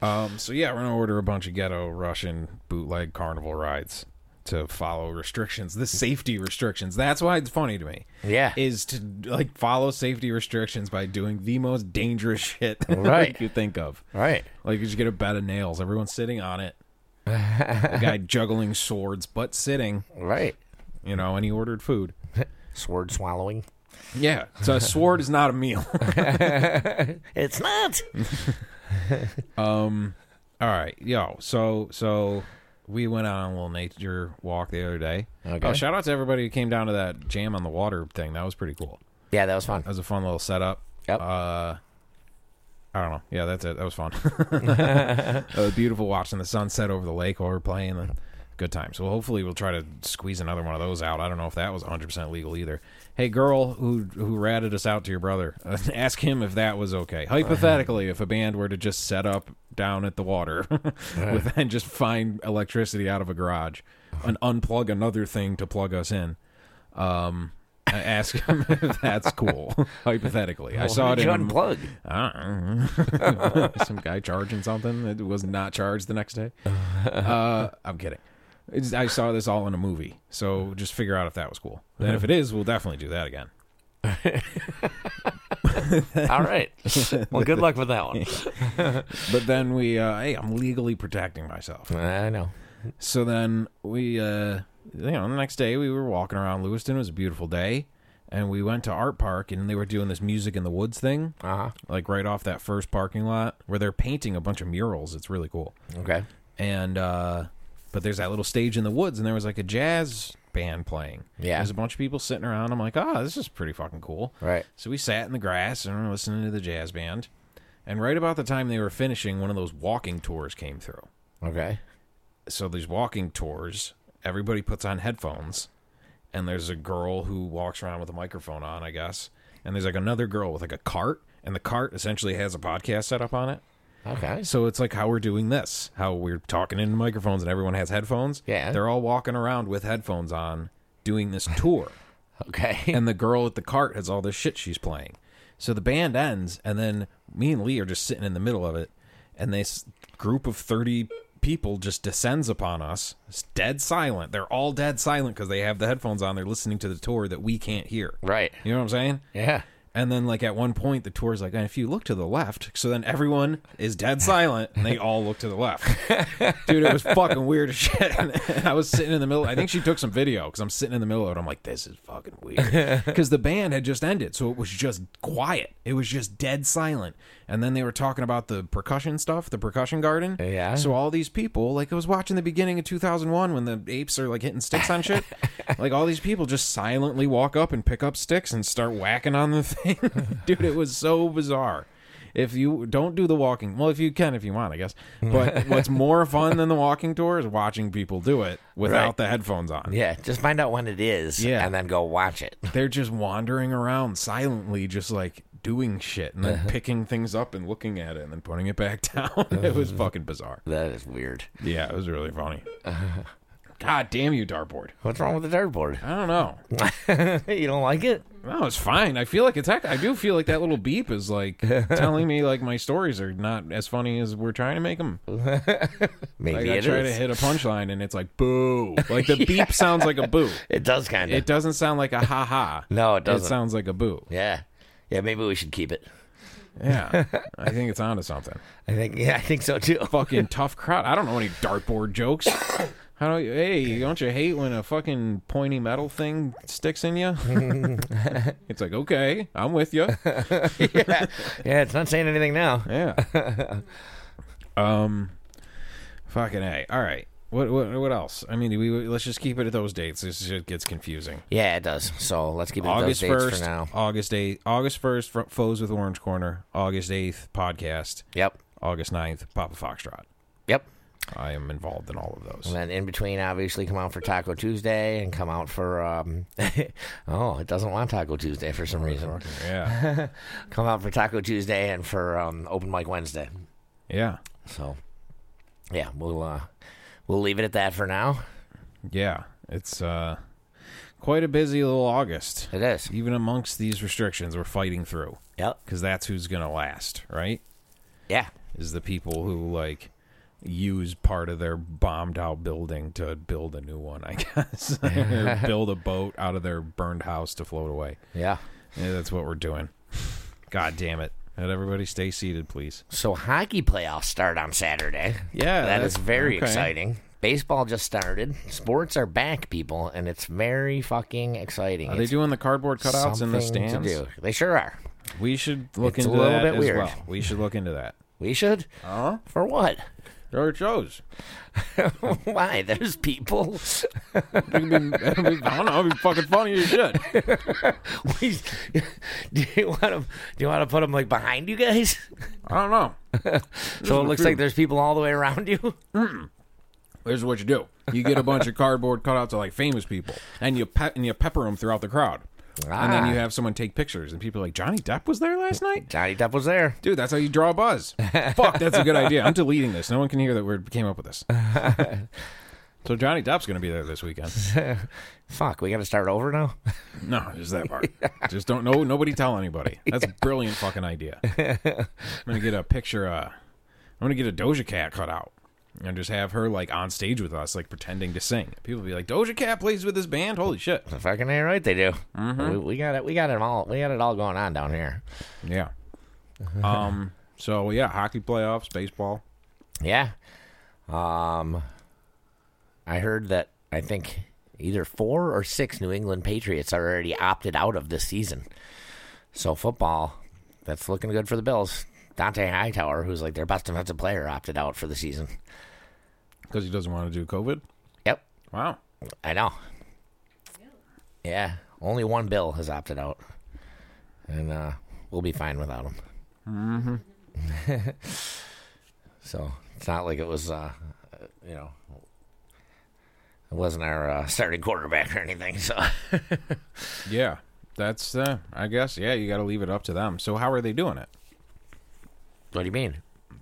C: um, so yeah, we're gonna order a bunch of ghetto Russian bootleg carnival rides to follow restrictions, the safety restrictions. That's why it's funny to me.
B: Yeah.
C: Is to like follow safety restrictions by doing the most dangerous <laughs> shit
B: Right.
C: like you think of.
B: Right.
C: Like you just get a bed of nails, everyone's sitting
B: <laughs>
C: on it. a guy juggling swords but sitting,
B: Right.
C: you know, and he ordered food.
B: Sword swallowing.
C: Yeah. So a sword is not a meal.
B: It's
C: <laughs>
B: not.
C: All right, yo. So so we went on a little nature walk the other day.
B: Okay.
C: Oh, shout out to everybody who came down to that jam on the water thing. That was pretty cool.
B: Yeah, that was fun.
C: That was a fun little setup.
B: Yep.
C: Uh, I don't know. Yeah, that's it. That was fun. <laughs> it was beautiful watching the sunset over the lake while we we're playing. and Good time. So hopefully we'll try to squeeze another one of those out. I don't know if that was 100% legal either. Hey, girl who who ratted us out to your brother, <laughs> ask him if that was okay. Hypothetically, if a band were to just set up down at the water <laughs> with, and just find electricity out of a garage and unplug another thing to plug us in, um, I ask him <laughs> if that's cool. <laughs> Hypothetically, I saw
B: Why
C: it
B: did
C: in
B: you
C: a m-
B: unplug.
C: I don't know. some guy charging something that was not charged the next day. <laughs> Uh, I'm kidding. It's, I saw this all in a movie, so just figure out if that was cool. Then if it is, we'll definitely do that again.
B: All
C: <laughs>
B: right. Well, good luck with that one.
C: But then we, uh, hey, I'm legally protecting myself.
B: I know.
C: So then we, uh, you know, the next day we were walking around Lewiston. It was a beautiful day, and we went to Art Park, and they were doing this music in the woods thing.
B: Uh
C: like right off that first parking lot where they're painting a bunch of murals. It's really cool.
B: huh. Okay.
C: And uh but there's that little stage in the woods and there was like a jazz band playing.
B: Yeah.
C: There's a bunch of people sitting around. I'm like, "Ah, this is pretty fucking cool."
B: Right.
C: So we sat in the grass and we were listening to the jazz band. And right about the time they were finishing, one of those walking tours came through.
B: Okay.
C: So these walking tours, everybody puts on headphones, and there's a girl who walks around with a microphone on, I guess. And there's like another girl with like a cart, and the cart essentially has a podcast set up on it.
B: Okay.
C: So it's like how we're doing this, how we're talking into microphones and everyone has headphones.
B: Yeah.
C: They're all walking around with headphones on doing this
B: <laughs>
C: tour.
B: Okay.
C: and the girl at the cart has all this shit she's playing. So the band ends, and then me and Lee are just sitting in the middle of it, and this group of 30 people just descends upon us. It's dead silent. They're all dead silent because they have the headphones on. They're listening to the tour that we can't hear.
B: Right.
C: You know what I'm saying?
B: Yeah.
C: And then, like, at one point, the tour's like, and if you look to the left, so then everyone is dead silent and they all look to the left. Dude, it was fucking weird as shit. <laughs> And I was sitting in the middle. I think she took some video because I'm sitting in the middle of it. I'm like, this is fucking weird. Because the band had just ended. So it was just quiet. It was just dead silent. And then they were talking about the percussion stuff, the percussion garden.
B: Yeah.
C: So all these people, like, I was watching the beginning of 2001 when the apes are, like, hitting sticks on
B: <laughs>
C: shit. like, all these people just silently walk up and pick up sticks and start whacking on the thing. <laughs> Dude, it was so bizarre. If you don't do the walking, well, if you can, if you want, I guess.
B: <laughs>
C: But what's more fun than the walking tour is watching people do it without
B: Right.
C: the headphones on.
B: Yeah. Just find out when it is
C: Yeah.
B: and then go watch it. <laughs>
C: They're just wandering around silently, just like doing shit and then
B: Uh-huh.
C: picking things up and looking at it and then putting it back <laughs> down. it was
B: Uh-huh.
C: fucking bizarre.
B: That is weird.
C: Yeah, it was really funny. <laughs> God damn you, dartboard.
B: What's wrong with the dartboard?
C: I don't know.
B: <laughs> you don't like it?
C: No, it's fine. I feel like it's. Act- I do feel like that little beep is <laughs> like telling me like my stories are not as funny as we're trying to make them. Like
B: Maybe
C: I
B: it
C: try to
B: is.
C: hit a punchline and
B: <laughs>
C: it's like boo. Like the beep sounds like a boo.
B: It does kind
C: It
B: of.
C: doesn't sound like a ha ha.
B: No, it
C: It
B: doesn't.
C: sounds like a boo.
B: Yeah. Yeah. Maybe we should keep it. <laughs>
C: Yeah, I think it's onto something.
B: I think. Yeah. I think so too.
C: Fucking tough crowd. I don't know any dartboard jokes. How do you? Hey, don't you hate when a fucking pointy metal thing sticks
B: <laughs>
C: in you? it's like okay, I'm with you.
B: <laughs> Yeah. It's not saying anything now.
C: Yeah. um, fucking a. All right. What what what else? I mean, we let's just keep it at those dates. This shit gets confusing.
B: Yeah. It does. So let's keep it at those
C: August
B: dates
C: first,
B: for now.
C: August eighth, August first, fr- foes with Orange Corner. August eighth, podcast.
B: Yep.
C: August 9th, Papa Foxtrot.
B: Yep.
C: I am involved in all of
B: <laughs>
C: those.
B: And then in between, obviously, come out for Taco Tuesday and come out for. Um, <laughs> oh, it doesn't want Taco Tuesday for some reason.
C: Yeah,
B: Come out for Taco Tuesday and for um, Open Mic Wednesday.
C: yeah,
B: So, yeah, we'll uh, we'll leave it at that for now.
C: yeah. It's uh, quite a busy little August.
B: It is.
C: Even amongst these restrictions, we're fighting through
B: Yep.
C: because that's who's gonna last, right?
B: Yeah.
C: is the people who like use part of their bombed out building to build a new one, I <laughs>
B: <laughs>
C: guess. Or build a boat out of their burned house to float away.
B: Yeah.
C: Yeah, that's what we're doing. God damn it. Let everybody stay seated, please.
B: So hockey playoffs start on Saturday.
C: Yeah,
B: that
C: that's-
B: is very
C: okay.
B: exciting. Baseball just started. Sports are back, people, and it's very fucking exciting.
C: Are they
B: It's
C: doing the cardboard cutouts in the
B: something to
C: stands?
B: do. They sure are.
C: We should look
B: It's a
C: into
B: little
C: that
B: bit
C: as
B: weird.
C: well. We should look into that.
B: We should.
C: Huh?
B: For what? <laughs>
C: There are shows.
B: Why? There's people. <laughs>
C: It could be- <laughs> I don't know. It'd be fucking funny as shit.
B: We- <laughs> do you want to? Do you want to put them like behind you guys?
C: I don't know.
B: So it looks <laughs> like there's people all the way around you.
C: Here's what you do: you get a bunch of cardboard cutouts of like famous people, and you pe- and you pepper them throughout the crowd, and then
B: Ah.
C: you have someone take pictures, and people are like Johnny Depp was there last
B: <laughs>
C: night.
B: Johnny Depp was there.
C: Dude, that's how you draw a buzz. Fuck, that's a good idea. I'm deleting this. No one can hear that we came up with this. so Johnny Depp's going to be there this weekend.
B: Fuck, we got to start over now. <laughs>
C: No, just that part. Just don't know. Nobody tell anybody. That's a brilliant fucking idea. I'm gonna get a picture. Uh, I'm gonna get a Doja Cat cut out and just have her like on stage with us, like pretending to sing. People be like, Doja Cat plays with this band. Holy shit!
B: Fucking ain't right, they do. We, we got it. We got it all. We got it all going on down here.
C: Yeah. Um. So yeah, hockey playoffs, baseball.
B: Yeah. Um, I heard that I think either four or six New England Patriots are already opted out of this season. So football, that's looking good for the Bills. Dante Hightower, who's like their best defensive player, opted out for the season.
C: Because he doesn't want to do COVID.
B: Yep,
C: Wow.
B: I know. Yeah, only one Bill has opted out, and uh, we'll be fine without him. <laughs> So it's not like it was, uh, you know, it wasn't our uh, starting quarterback or anything. So <laughs>
C: Yeah, that's. Uh, I guess. Yeah, you got to leave it up to them. So how are they doing it?
B: what do you mean?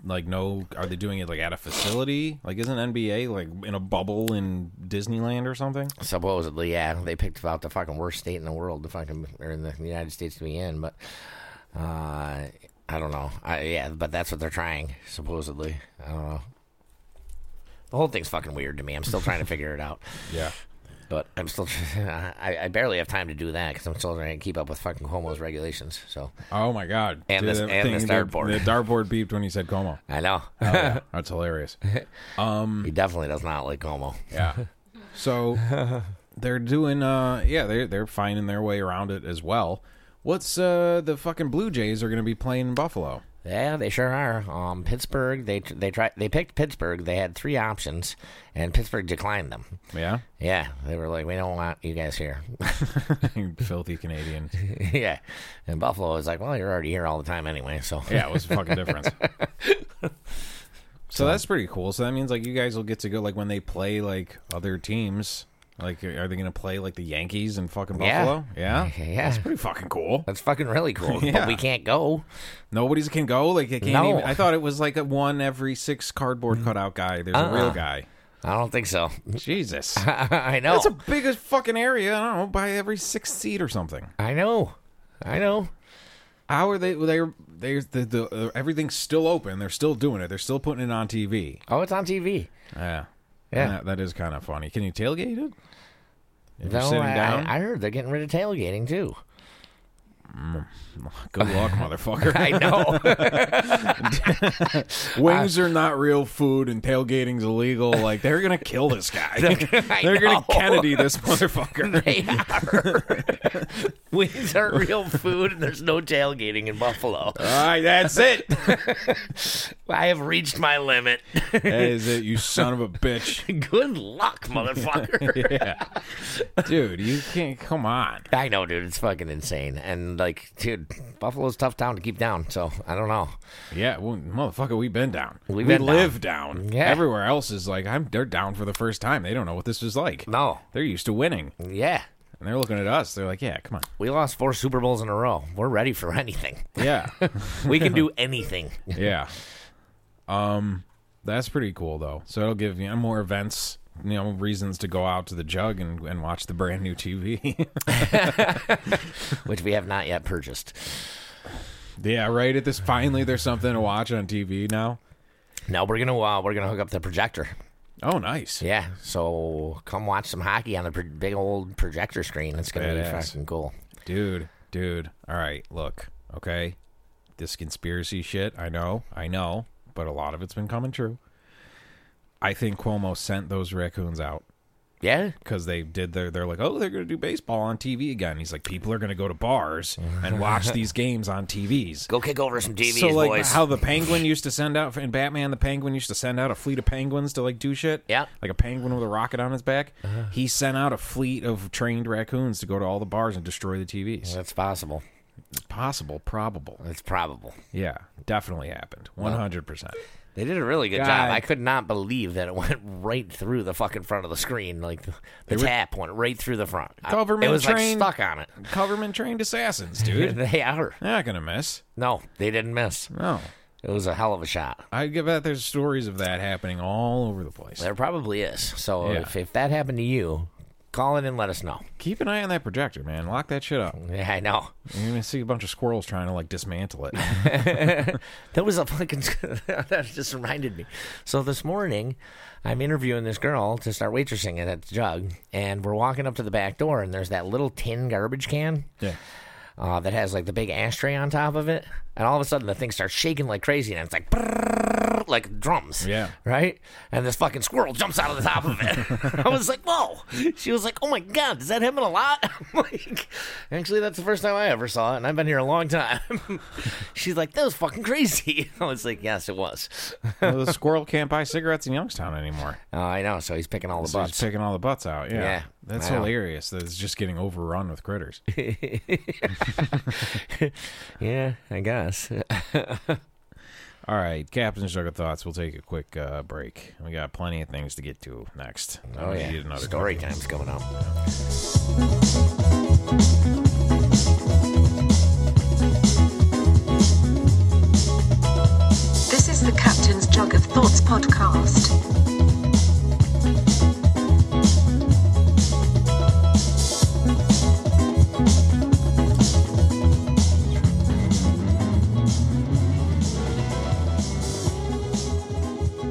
C: Like, no, are they doing it like at a facility? Like, isn't NBA like in a bubble in Disneyland or something?
B: Supposedly, yeah, they picked about the fucking worst state in the world to fucking or in the United States to be in, but uh, I don't know. I, yeah, but that's what they're trying. Supposedly, I don't know. The whole thing's fucking weird to me. I'm still trying to figure it out,
C: Yeah.
B: but I'm still. <laughs> I, I barely have time to do that because I'm still trying to keep up with fucking Cuomo's regulations. So
C: Oh my god.
B: And
C: Dude,
B: this-
C: that
B: and this
C: the-
B: dartboard.
C: The, dartboard beeped when you said Como.
B: I know
C: Oh, yeah. That's hilarious.
B: he definitely does not like Cuomo.
C: Yeah. So they're doing uh yeah, they're they're finding their way around it as well. What's uh the fucking Blue Jays are gonna be playing in Buffalo?
B: Yeah, they sure are. Um, Pittsburgh, they they tried they picked Pittsburgh. They had three options, and Pittsburgh declined them.
C: Yeah? <laughs>
B: Yeah, they were like, we don't want you guys here. <laughs>
C: You Filthy Canadians.
B: yeah, and Buffalo was like, well, you're already here all the time anyway, so
C: Yeah, what's the
B: <laughs>
C: fucking difference? So that's pretty cool. So that means like you guys will get to go like when they play like other teams. Like are they gonna play like the Yankees in fucking
B: Yeah.
C: Buffalo? Yeah.
B: Yeah.
C: That's pretty fucking cool.
B: that's fucking really
C: <laughs>
B: cool.
C: Yeah.
B: But we can't go.
C: Nobody's can go. Like they can't
B: No. Mm.
C: even. I thought it was like a one every six cardboard cutout guy. There's a real guy.
B: I don't think so. <laughs>
C: Jesus,
B: Uh-uh. I know.
C: that's a biggest fucking area. I don't know by every sixth seat or something.
B: I know. I know.
C: How are they? They they the, the uh, everything's still open. They're still doing it. They're still putting it on TV.
B: Oh, it's on TV.
C: Yeah,
B: Yeah.
C: That- that is kind of funny. Can you tailgate it? If
B: No,
C: you're sitting
B: I,
C: down,
B: I, I heard they're getting rid of tailgating
C: <laughs>
B: too. <laughs>
C: good luck, motherfucker.
B: I
C: <laughs>
B: know. <laughs>
C: Wings are not real food, and tailgating's illegal. Like they're gonna kill this <laughs> guy.
B: I
C: they're gonna
B: know.
C: Kennedy this <laughs> motherfucker.
B: They are. <laughs> Wings are real food, and there's no tailgating in Buffalo.
C: <laughs> All right, that's it.
B: I have reached my limit.
C: <laughs>
B: <laughs>
C: That is it, you son of a bitch.
B: Good luck, motherfucker.
C: <laughs> Yeah. Dude, you can't. Come on.
B: I know, dude. It's fucking insane. And, like, dude, Buffalo's a tough town to keep down, so I don't know.
C: Yeah, well, motherfucker, we've been down.
B: We've
C: we
B: been down.
C: live down.
B: Yeah.
C: Everywhere else is like, I'm. they're down for the first time. They don't know what this is like.
B: No.
C: They're used to winning.
B: Yeah.
C: And they're looking at us. They're like, yeah,
B: <laughs>
C: come on.
B: We lost four Super Bowls in a row. We're ready for <laughs> anything.
C: Yeah.
B: We can
C: <laughs>
B: do anything.
C: yeah. Um, That's pretty cool, though. So it'll give you know, more events. You know, reasons to go out to the jug and, and watch the brand new <laughs> TV.
B: Which we have not yet purchased.
C: yeah, right. At this, finally, there's something to watch on TV now.
B: No, we're gonna uh, we're gonna hook up the projector.
C: Oh, nice.
B: Yeah, so come watch some hockey on the pro- big old projector screen. It's gonna be
C: Badass.
B: fucking cool.
C: Dude, dude. All right, look. Okay. This conspiracy shit, I know, I know, but a lot of it's been coming true. I think Cuomo sent those raccoons out
B: Yeah,
C: because they did their, they're like, oh, they're going to do baseball on TV again. He's like, people are going to go to bars and watch these games on TVs.
B: go kick over some TVs,
C: so, like,
B: boys.
C: how the penguin used to send out, in Batman, the penguin used to send out a fleet of penguins to, like, do shit.
B: Yep.
C: Like a penguin with a rocket on his back. He sent out a fleet of trained raccoons to go to all the bars and destroy the TVs
B: That's possible.
C: possible, probable.
B: It's probable.
C: Yeah, definitely happened. One hundred percent.
B: They did a really good
C: God.
B: job. I could not believe that it <laughs> went right through the fucking front of the screen. Like the, the tap went right through the front. I-
C: Government
B: it was
C: trained-
B: like stuck on it.
C: Coverman trained assassins, dude.
B: <laughs> They are.
C: They're not gonna miss.
B: No, they didn't miss.
C: No,
B: It was a hell of a shot.
C: I give that there's stories of that happening all over the place.
B: There probably is. So
C: Yeah.
B: if, if that happened to you, call in and let us know.
C: Keep an eye on that projector, man. Lock that shit up.
B: Yeah, I know.
C: You're gonna see a bunch of squirrels trying to like dismantle
B: <laughs>
C: it.
B: That was a fucking. <laughs> that just reminded me. So this morning, I'm interviewing this girl to start waitressing at the jug, and we're walking up to the back door, and there's that little tin garbage can
C: yeah.
B: uh, that has like the big ashtray on top of it, and all of a sudden the thing starts shaking like crazy, and it's like brrrr, like drums.
C: Yeah.
B: Right. And this fucking squirrel jumps out of the top of it. <laughs> I was like, whoa. She was like, oh my god, does that happen a lot? <laughs> I'm like, actually, that's the first time I ever saw it, and I've been here a long time. <laughs> She's like, that was fucking crazy. <laughs> I was like, yes, it was.
C: <laughs> Well, the squirrel can't buy cigarettes in Youngstown anymore.
B: Uh, I know. So he's picking all the
C: So he's
B: butts.
C: picking all the butts out. Yeah.
B: Yeah.
C: That's
B: Wow.
C: hilarious. That it's just getting overrun
B: <laughs>
C: with critters. Oh,
B: yeah, I guess.
C: All right, Captain Sugar Thoughts. We'll take a quick uh, break. We got plenty of things to get to next.
B: <laughs> Oh
C: We
B: yeah,
C: need another
B: story
C: cookie.
B: time's coming up. <laughs>
A: This is the Captain's Jug of Thoughts podcast.
B: Man,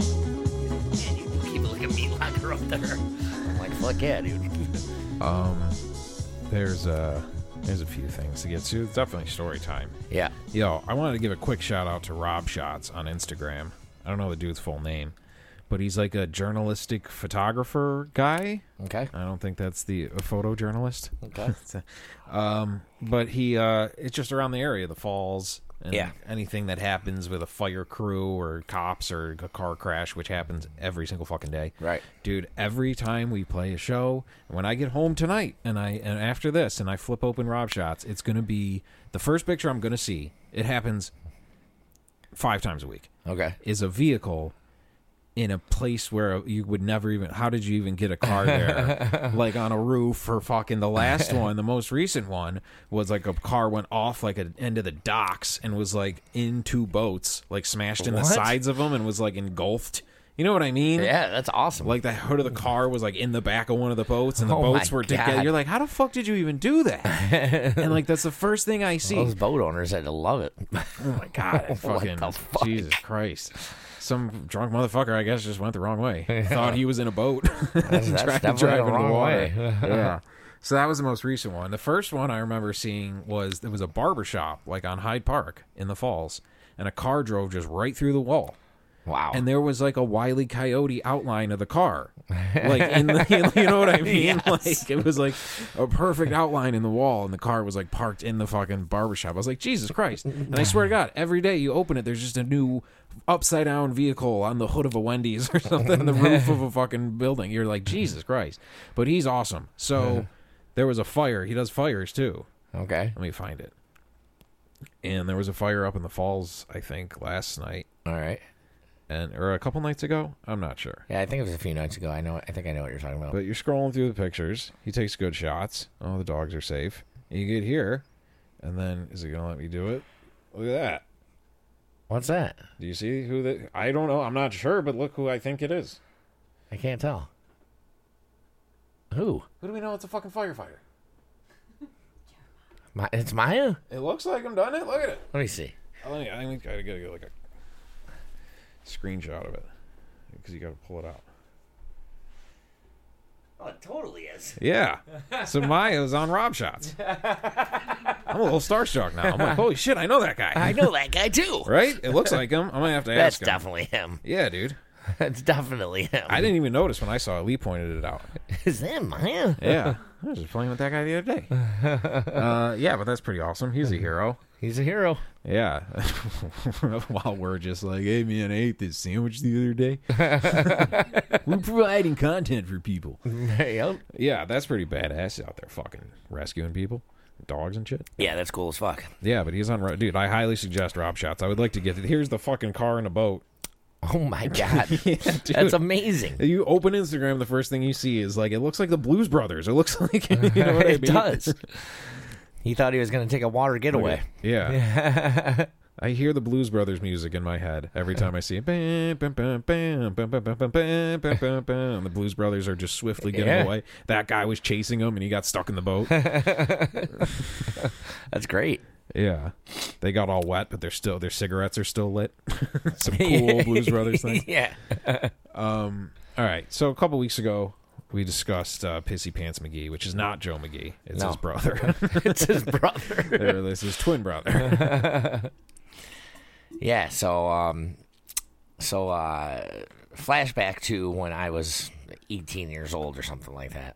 B: you keep looking at me like you're up there. I'm like, fuck yeah, dude. <laughs>
C: There's uh, there's a few things to get to. It's definitely story time.
B: Yeah.
C: Yo, I wanted to give a quick shout out to Rob Shots on Instagram. I don't know the dude's full name, but he's like a journalistic photographer guy.
B: Okay.
C: I don't think that's the a photojournalist.
B: <laughs> Okay.
C: Um, but he uh, it's just around the area, the falls, and
B: Yeah.
C: anything that happens with a fire crew or cops or a car crash, which happens every single fucking day.
B: Right.
C: dude. Every time we play a show, when I get home tonight, and I and after this, and I flip open Rob shots, it's gonna be the first picture I'm gonna see. It happens five times a week
B: Okay.
C: is a vehicle in a place where you would never even how did you even get a
B: <laughs>
C: car there like on a roof or fucking the last one the most recent one was like a car went off like an end of the docks and was like in two boats like smashed in
B: What?
C: the sides of them and was like engulfed you know what i mean
B: Yeah, that's awesome.
C: like the hood of the car was like in the back of one of the boats and the
B: Oh my
C: boats were together
B: God.
C: you're like how the fuck did you even
B: <laughs>
C: do that and like that's the first thing i see
B: those boat owners had to love it.
C: Oh my god!
B: <laughs>
C: I
B: What
C: fucking
B: the fuck?
C: Jesus Christ! Some drunk motherfucker, I guess, just went the wrong way.
B: <laughs>
C: Thought he was in a boat. <laughs>
B: that's
C: Tried to
B: definitely
C: drive
B: the
C: into
B: wrong
C: water.
B: way. <laughs>
C: yeah. So that was the most recent one. The first one I remember seeing was there was a barber shop like on Hyde Park in the Falls, and a car drove just right through the wall.
B: Wow.
C: And there was like a wily coyote outline of the car, like in the, you know what I mean. Like it was like a perfect outline in the wall, and the car was like parked in the fucking barbershop. I was like, Jesus Christ! And I swear to God, every day you open it, there's just a new upside down vehicle on the hood of a Wendy's or something on the roof of a fucking building. You're like, Jesus Christ! But he's awesome. So there was a fire. He does fires too.
B: okay.
C: Let me find it. And there was a fire up in the falls, I think, last night
B: All right.
C: and or a couple nights ago. I'm not sure.
B: Yeah, I think it was a few nights ago. I know. I think I know what you're talking about.
C: But you're scrolling through the pictures. He takes good shots. Oh, the dogs are safe. You get here, and then is it gonna let me do it? Look at that.
B: What's that?
C: Do you see who that? I don't know. I'm not sure, but look who I think it is.
B: I can't tell. Who?
C: Who do we know? It's a fucking firefighter.
B: My, it's Maya.
C: It looks like him, doesn't it? Look at it. Oh,
B: Let me see.
C: Let me, I think I gotta get like a screenshot of it because you gotta pull it out.
B: Oh, it totally is.
C: Yeah. So Maya was on Rob Shots. I'm a little starstruck now. I'm like, holy shit, I know that guy.
B: I know that guy too.
C: right? It looks like him. I'm gonna have to
B: That's
C: ask him.
B: definitely him. <laughs>
C: Yeah, dude.
B: That's definitely him.
C: I didn't even notice when I saw it. Lee pointed it out.
B: Is that Maya?
C: Yeah, <laughs> I was just playing with that guy the other day.
B: <laughs>
C: Uh, yeah, but that's pretty awesome. He's a hero.
B: He's a hero. <laughs>
C: Yeah. <laughs> While we're just like, hey man, I ate this sandwich the other day. we're providing content for people.
B: yep.
C: Yeah, that's pretty badass out there, fucking rescuing people, dogs and shit.
B: Yeah, that's cool as fuck.
C: Yeah, but he's on. Ro- Dude, I highly suggest Rob Shots. I would like to get. Here's the fucking car and a boat.
B: Oh my god, that's amazing.
C: You open Instagram, the first thing you see is like it looks like the Blues Brothers. It looks <laughs> like you know what I
B: it
C: mean?
B: does. He thought he was going to take a water getaway.
C: Oh, <laughs> Yeah. I hear the Blues Brothers music in my head every time I see it. Bam, bam, bam, bam, bam, bam, bam, bam, bam, bam, bam, bam. The Blues Brothers are just swiftly getting
B: Yeah.
C: away. That guy was chasing him and he got stuck in
B: <laughs>
C: the boat.
B: That's great.
C: yeah. They got all wet, but they're still their cigarettes are still lit. <laughs>
B: <laughs>
C: Some cool Blues Brothers thing.
B: yeah.
C: All right. So a couple weeks ago, we discussed uh, Pissy Pants McGee, which is not Joe McGee. It's
B: No.
C: his
B: <laughs>
C: brother.
B: <laughs> it's his brother.
C: or this is
B: <laughs>
C: twin brother.
B: Yeah, so um so uh flashback to when I was 18 years old or something like that.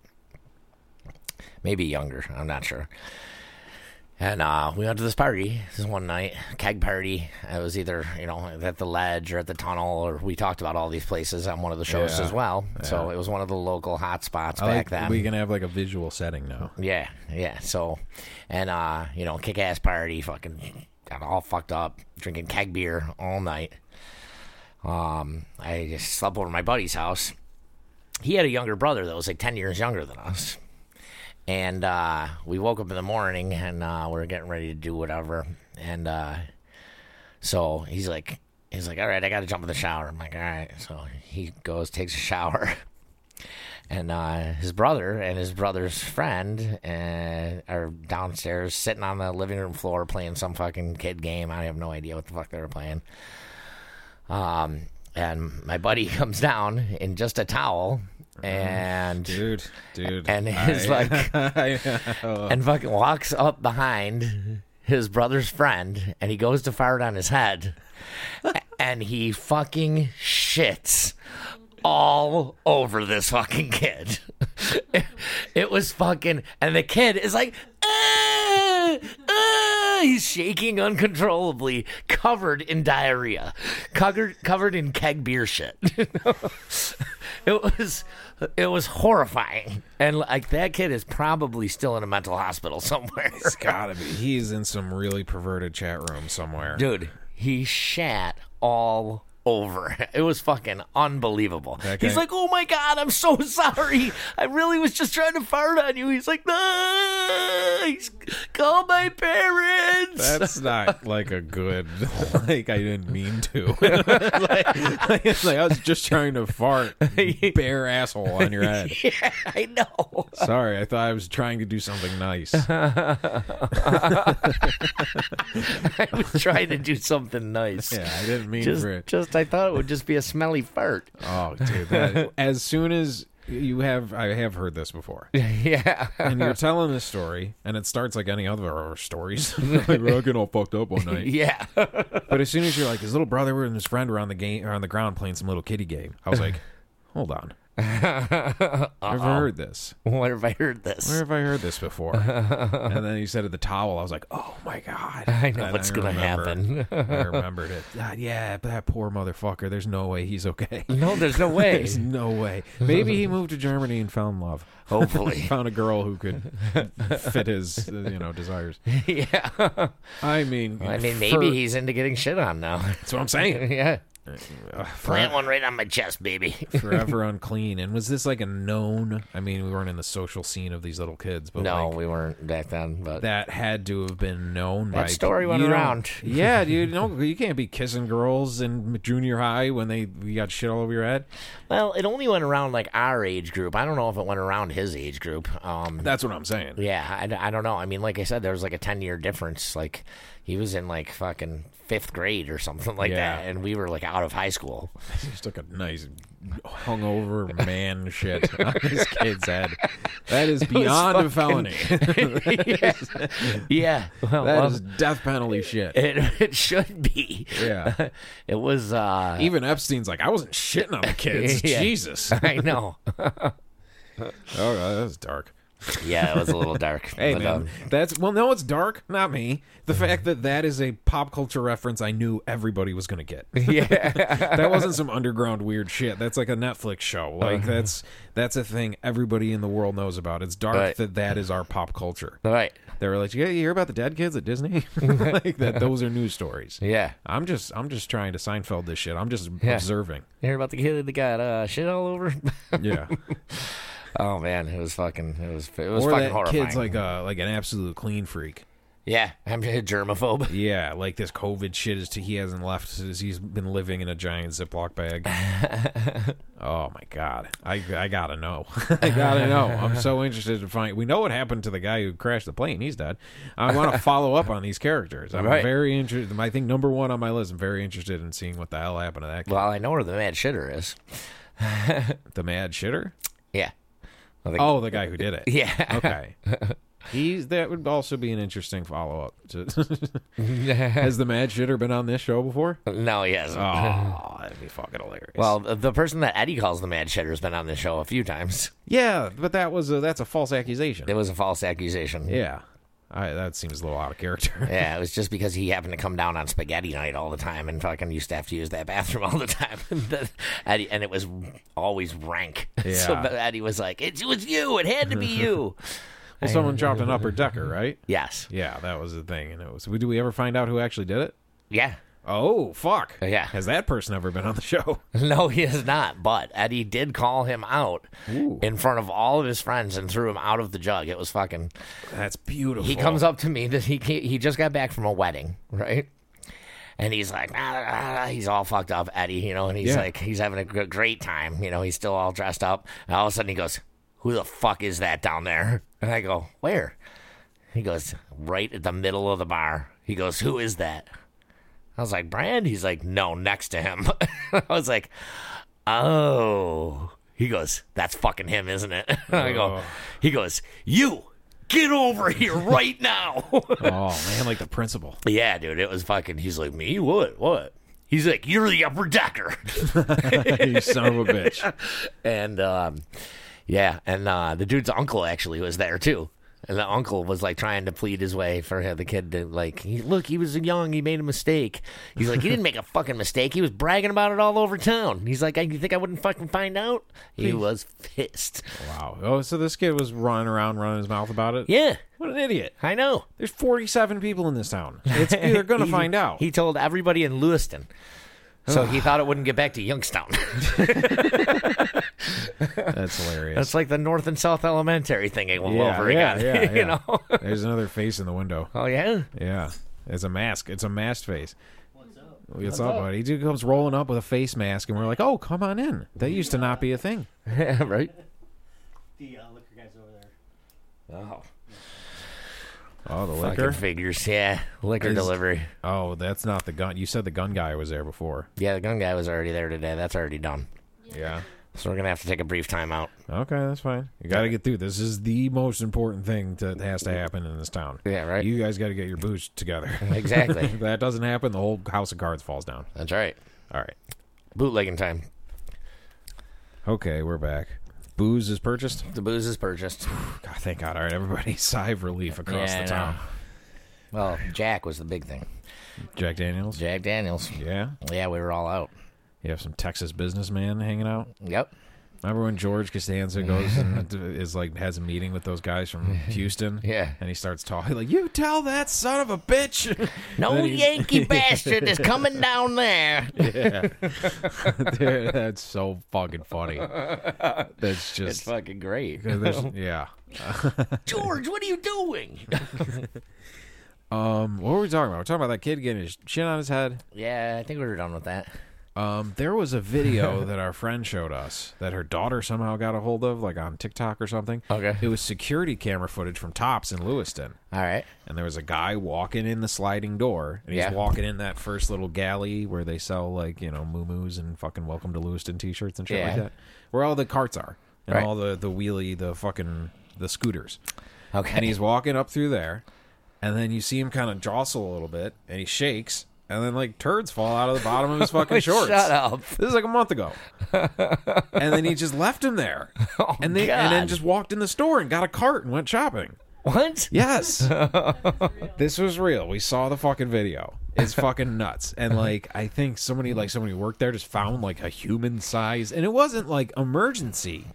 B: Maybe younger, I'm not sure. And uh, we went to this party this one night, keg party. It was either you know at the ledge or at the tunnel, or we talked about all these places on one of the shows
C: Yeah,
B: as well. So
C: yeah.
B: it was one of the local hot spots
C: I
B: back
C: like-
B: then.
C: We can have like a visual setting now.
B: Yeah, yeah. So, and uh, you know, kick ass party, fucking got all fucked up, drinking keg beer all night. Um, I just slept over at my buddy's house. He had a younger brother that was like 10 years younger than us. And uh, we woke up in the morning and uh, we were getting ready to do whatever. And uh, so he's like, he's like, all right, I got to jump in the shower. I'm like, all right. So he goes, takes a shower. <laughs> and uh, his brother and his brother's friend uh, are downstairs sitting on the living room floor playing some fucking kid game. I have no idea what the fuck they were playing. Um, and my buddy <laughs> comes down in just a towel and
C: dude, dude,
B: And it's like-
C: like,
B: and fucking walks up behind his brother's friend and he goes to fire it on his head and he fucking shits all over this fucking kid. <laughs> It, it was fucking and the kid is like "Ah, ah," He's shaking uncontrollably, covered in diarrhea, covered covered in keg beer shit. it was it was horrifying, and like that kid is probably still in a mental hospital somewhere.
C: gotta be. He's in some really perverted chat room somewhere.
B: Dude, he shat all over. It was fucking unbelievable.
C: That
B: He's
C: guy-
B: like, "Oh my god, I'm so <laughs> sorry. I really was just trying to fart on you." He's like, "No, he's- call my parents."
C: That's not like a good. <laughs> Like I didn't mean to. <laughs> like, like, it's like I was just trying
B: <laughs>
C: to fart, bare asshole on your head.
B: <laughs> yeah, I know.
C: Sorry, I thought I was trying to do something
B: <laughs>
C: nice.
B: I
C: <laughs>
B: was trying to do something nice.
C: Yeah, I didn't mean
B: Just,
C: for it.
B: just I thought it would just be a smelly fart. <laughs>
C: Oh, dude! That, as soon as you have, I have heard this before.
B: yeah.
C: and you're telling this story, and it starts like any other of our stories. <laughs> like, we're getting all fucked up one
B: <laughs>
C: night.
B: Yeah.
C: But as soon as you're like, his little brother and his friend were on the game or on the ground playing some little kitty game, I
B: <laughs>
C: was like, hold on, I've heard this.
B: Where have I heard this?
C: Where have I heard this
B: <laughs>
C: before? and then you said at the towel, I was like, oh my god,
B: <laughs> I know
C: And
B: what's gonna
C: remembered- I remembered it. God, yeah, but that poor motherfucker. There's no way he's
B: <laughs>
C: okay.
B: <laughs>
C: <laughs>
B: No, there's no way.
C: There's no way. Maybe he moved to Germany and found love.
B: Hopefully.
C: Found a girl who could fit his, uh, you know, desires.
B: <laughs> yeah.
C: I mean,
B: I mean,
C: for-
B: maybe he's into getting shit on now. <laughs>
C: That's what I'm saying.
B: yeah.
C: Uh,
B: Plant
C: for-
B: one right on my chest, baby. <laughs>
C: forever unclean. And was this like a known? I mean, we weren't in the social scene of these little kids, but
B: no,
C: like,
B: we weren't back then, but
C: that had to have been known.
B: That
C: by,
B: story went
C: you don't-
B: around.
C: <laughs> yeah, dude. No, you can't be kissing girls in junior high when they you got shit all over your head.
B: well, it only went around like our age group. I don't know if it went around his age group. Um,
C: That's what I'm saying.
B: yeah, I, I don't know. I mean, like I said, there was like a ten year difference. Like he was in like fucking fifth grade or something <laughs> like
C: Yeah.
B: that, and we were like out of high <laughs> school.
C: Just took a nice
B: <laughs>
C: hungover man shit on his kid's head. That is beyond a felony.
B: <laughs> yeah. yeah, well,
C: <laughs> That
B: well,
C: is death penalty
B: <laughs>
C: shit.
B: it. It should be. <laughs>
C: Yeah.
B: it was. uh
C: Even Epstein's like, I wasn't shitting on the kids.
B: <laughs> Yeah.
C: Jesus.
B: <laughs> I know.
C: Oh, God, that's dark.
B: Yeah, it was a little <laughs> dark.
C: Hey,
B: but,
C: man.
B: um,
C: that's well, no, it's dark. Not me. The fact that that is a pop culture reference, I knew everybody was going to get.
B: yeah.
C: that wasn't some underground weird shit. That's like a Netflix show. Like
B: Uh-huh.
C: that's that's a thing everybody in the world knows about. It's dark
B: Right.
C: that that is our pop culture.
B: <laughs> All right.
C: They were like, "Yeah, you hear about the dead kids at Disney?
B: <laughs>
C: <laughs> like that? Those are news stories."
B: Yeah.
C: I'm just I'm just trying to Seinfeld this shit. I'm just
B: Yeah. <laughs>
C: observing.
B: You heard about the kid that got uh, shit all over? <laughs>
C: Yeah.
B: oh man, it was fucking. It was. It was
C: or
B: fucking
C: that
B: horrifying.
C: kid's like a like an absolute clean freak.
B: yeah, <laughs> I'm a germaphobe. <laughs>
C: Yeah, like this COVID shit is to, he hasn't left since he's been living in a giant Ziploc <laughs> bag. oh my god, I I gotta know, I gotta know. I'm <laughs> so interested to find. We know what happened to the guy who crashed the plane. He's dead. I want <laughs> to follow up on these characters. I'm
B: Right.
C: very interested. I think number one on my list. I'm very interested in seeing what the hell happened to that. Kid.
B: Well, I know where the mad shitter is.
C: The mad shitter.
B: Yeah. I think-
C: Oh, the guy who did it.
B: <laughs> Yeah.
C: Okay. <laughs> He's that would also be an interesting follow up. <laughs> Has the mad shitter been on this show before?
B: <laughs> no, he hasn't.
C: Oh, that'd be fucking hilarious.
B: <laughs> Well, the person that Eddie calls the mad shitter has been on the show a few times.
C: yeah, but that was a, that's a false accusation.
B: It was a false accusation.
C: yeah, I, that seems a little out
B: <laughs>
C: of character.
B: Yeah, it was just because he happened to come down on spaghetti night all the time and fucking used to have to use that <laughs> bathroom all the time. and, the- Eddie- and it was always rank. <laughs>
C: Yeah. <laughs>
B: So but Eddie was like, it was you. It had to be you.
C: Well, someone dropped an upper decker, right?
B: Yes.
C: Yeah, that was the thing, and it was. Do we ever find out who actually did it?
B: Yeah. <laughs>
C: Oh fuck!
B: Uh, Yeah.
C: has that person ever been on the
B: <laughs>
C: show?
B: No, he is not. But Eddie did call him out
C: Ooh.
B: in front of all of his friends and threw him out of the jug. It was fucking.
C: That's beautiful.
B: He comes up to me. That he he just got back from a wedding, right? And he's like, "Ah, ah, ah," he's all fucked up, Eddie, you know. And he's
C: Yeah.
B: like, he's having a gr- great time, you know. He's still all dressed up. And all of a sudden, he goes, "Who the fuck is that down there?" And I go, "Where?" He goes, "Right at the middle of the bar." He goes, "Who is that?" I was like, "Brand." He's like, "No, next to him." <laughs> I was like, "Oh." He goes, "That's fucking him, isn't it?" <laughs> I go,
C: Oh.
B: "He goes, you." Get over here <laughs> right now. <laughs>
C: Oh man, like the principal.
B: Yeah, dude, it was fucking. He's like, me? What? What? He's like, you're the upper decker. <laughs>
C: you son of a bitch.
B: and um, yeah, and uh, the dude's uncle actually was there too. And the uncle was like trying to plead his way for the kid to like, he, look, he was young, he made a mistake. He's like, he didn't make a fucking mistake. He was bragging about it all over town. He's like, I, you think I wouldn't fucking find out? He was pissed.
C: Wow. Oh, so this kid was running around, running his mouth about it.
B: Yeah,
C: What an idiot.
B: I know.
C: There's 47 people in this town.
B: <laughs>
C: It's, they're going to
B: He-
C: find out.
B: He told everybody in Lewiston. So he thought it wouldn't get back to Youngstown. <laughs>
C: That's hilarious.
B: That's like the North and South Elementary thing all
C: yeah,
B: over
C: yeah,
B: again. <laughs>
C: yeah, yeah.
B: you know?
C: There's another face in the window.
B: Oh yeah.
C: Yeah. It's a mask. It's a masked face. What's up? What's up, buddy? Dude comes rolling up with a face mask, and we're like, oh, come on in. That used to not be a thing. <laughs>
B: yeah, right.
E: The uh, liquor guys over there.
B: Oh,
C: Oh, the
B: fucking
C: liquor.
B: figures. Yeah, liquor
C: Is-
B: delivery.
C: Oh, that's not the gun. You said the gun guy was there before.
B: Yeah, the gun guy was already there today. That's already done.
C: Yeah.
B: So we're gonna have to take a brief time out.
C: Okay, that's fine. You got to get through. This is the most important thing that has to happen in this town.
B: Yeah, right.
C: You guys got to get your boots <laughs> together.
B: Exactly.
C: if that doesn't happen, the whole house of cards falls down.
B: That's right.
C: All right.
B: Bootlegging time.
C: Okay, we're back. Booze is purchased.
B: The booze is purchased.
C: God, thank God. All right, everybody, <laughs> sigh of relief across
B: Yeah, I
C: the town.
B: know. Well, Jack was the big thing.
C: Jack Daniels.
B: Jack Daniels.
C: Yeah.
B: Yeah, we were all out.
C: You have some Texas businessman hanging out.
B: Yep.
C: Remember when George
B: <laughs>
C: Costanza goes and is like has a meeting with those guys from Houston? <laughs>
B: Yeah.
C: And he starts talking like, "You tell that son of
B: <laughs>
C: a bitch."
B: No
C: Then he's- <laughs>
B: Yankee bastard is coming down there.
C: Yeah. Dude, that's so fucking funny. That's
B: It's
C: just
B: fucking great.
C: there's- yeah.
B: George, what are you doing?
C: Um, what were we talking about? We're talking about that kid getting his shit on his head.
B: yeah, I think we were done with that.
C: Um, there was
B: <laughs>
C: a video that our friend showed us that her daughter somehow got a hold of, like on TikTok or something.
B: Okay.
C: It was security camera footage from Tops in Lewiston.
B: All right.
C: And there was a guy walking in the sliding door, and he's
B: Yeah.
C: walking in that first little galley where they sell like you know moo-moos and fucking Welcome to Lewiston T-shirts and shit like
B: Yeah.
C: that, where all the carts are and
B: Right.
C: all the the wheelie, the fucking the scooters.
B: Okay.
C: And he's walking up through there, and then you see him kind of jostle a little bit, and he shakes, and then like turds fall out of the bottom
B: <laughs>
C: of his fucking shorts.
B: Shut up.
C: This is like a month
B: <laughs>
C: ago. and then he just left him there.
B: Oh,
C: and, they, and then
B: God.
C: just walked in the store and got a cart and went shopping.
B: <laughs> What?
C: Yes. this was real. We saw the fucking video. It's fucking nuts. And like I think somebody like somebody who worked there just found like a human size and it wasn't like emergency.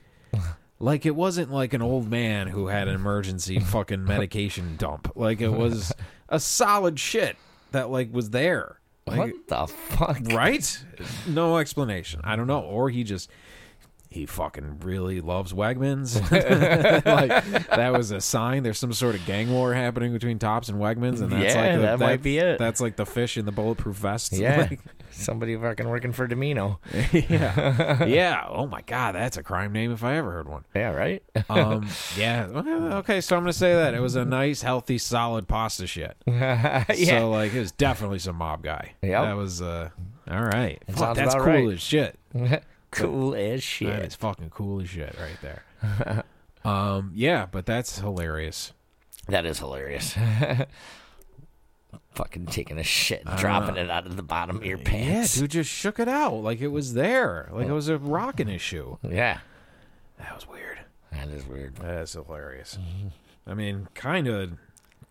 C: Like it wasn't like an old man who had an emergency fucking medication dump. Like it was a solid shit that like was there. Like
B: what the
C: <laughs>
B: fuck?
C: right? No explanation. I don't know. Or he just he fucking really loves Wegmans. <laughs> like that was a sign. There's some sort of gang war happening between Tops and Wegmans, and that's
B: Yeah,
C: like the,
B: that might be it.
C: That's like the fish in the bulletproof vest. <laughs>
B: Yeah.
C: Like,
B: Somebody fucking working for Domino.
C: yeah, yeah. Oh my god, that's a crime name if I ever heard one.
B: Yeah, right? <laughs>
C: Um, yeah. Okay, okay, so I'm gonna say that it was a nice, healthy, solid pasta shit.
B: <laughs> yeah.
C: So like, it was definitely some mob guy.
B: Yep.
C: That was uh, all right. Fuck,
B: sounds
C: that's cool
B: about right.
C: as shit.
B: cool as shit.
C: That is fucking cool as shit right there. <laughs> um, yeah, but that's hilarious.
B: That is hilarious. <laughs> fucking taking a shit, and dropping it out of the bottom of your pants.
C: Uh, Yeah, dude just shook it out like it was there, like it was a rock in his shoe.
B: Yeah.
C: Oh. That was weird. Mm-hmm.
B: That is weird.
C: That's hilarious. I mean, kind of,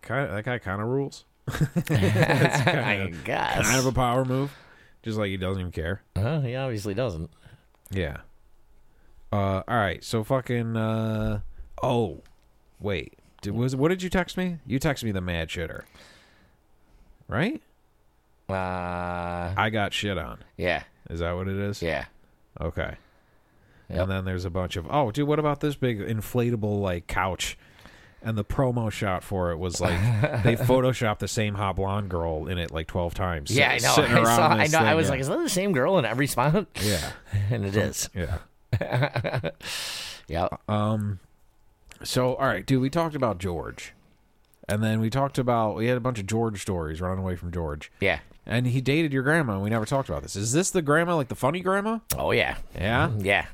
C: kind of, that guy kind of rules.
B: <laughs> I guess.
C: Kind of a power move, just like he doesn't even care.
B: Huh? he obviously doesn't.
C: Yeah. Uh, all right. So fucking. Uh, oh, wait. Did, was what did you text me? You texted me the mad shitter, right?
B: Uh,
C: I got shit on.
B: yeah,
C: Is that what it is?
B: yeah.
C: Okay.
B: Yep.
C: And then there's a bunch of oh, dude, what about this big inflatable like couch? And the promo shot for it was like
B: <laughs>
C: they photoshopped the same hot blonde girl in it like twelve times.
B: Yeah, I
C: sit-
B: know. <laughs>
C: sitting
B: I
C: around
B: saw. I know.
C: this
B: I
C: thing,
B: was
C: yeah.
B: like, <laughs> is that the same girl in every spot?
C: yeah,
B: <laughs> and it is.
C: yeah.
B: Yeah.
C: So, all right, dude, we talked about George. And then we talked about we had a bunch of George stories running away from George.
B: Yeah.
C: And he dated your grandma, and we never talked about this. Is this the grandma, like the funny grandma?
B: Oh yeah. <laughs>
C: Yeah.
B: Yeah.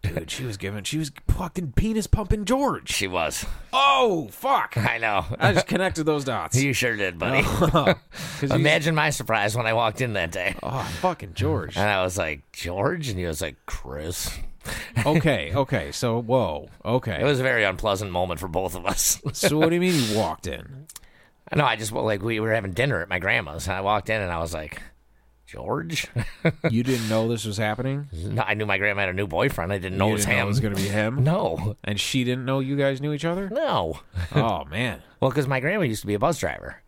C: Dude, she was giving she was fucking penis pumping George.
B: She was. <laughs>
C: Oh, fuck.
B: I
C: <laughs>
B: know.
C: I just connected those dots.
B: You sure did, buddy.
C: <laughs> Oh,
B: <laughs>
C: 'Cause he's-
B: Imagine my surprise when I walked in that day.
C: Oh,
B: <laughs>
C: fucking George.
B: And I was like, George? And he was like, Chris.
C: okay, okay. So, whoa. Okay.
B: It was a very unpleasant moment for both of us. <laughs>
C: so, what do you mean you walked in?
B: I know, I just, well, like, we were having dinner at my grandma's, and I walked in and I was like, George? <laughs>
C: You didn't know this was happening? You
B: No, I knew my grandma had a new boyfriend. I didn't know it was
C: didn't know
B: him.
C: it was going to be him?
B: no,
C: And she didn't know you guys knew each other?
B: <laughs> no.
C: Oh, man.
B: Well, because my grandma used to be a bus driver,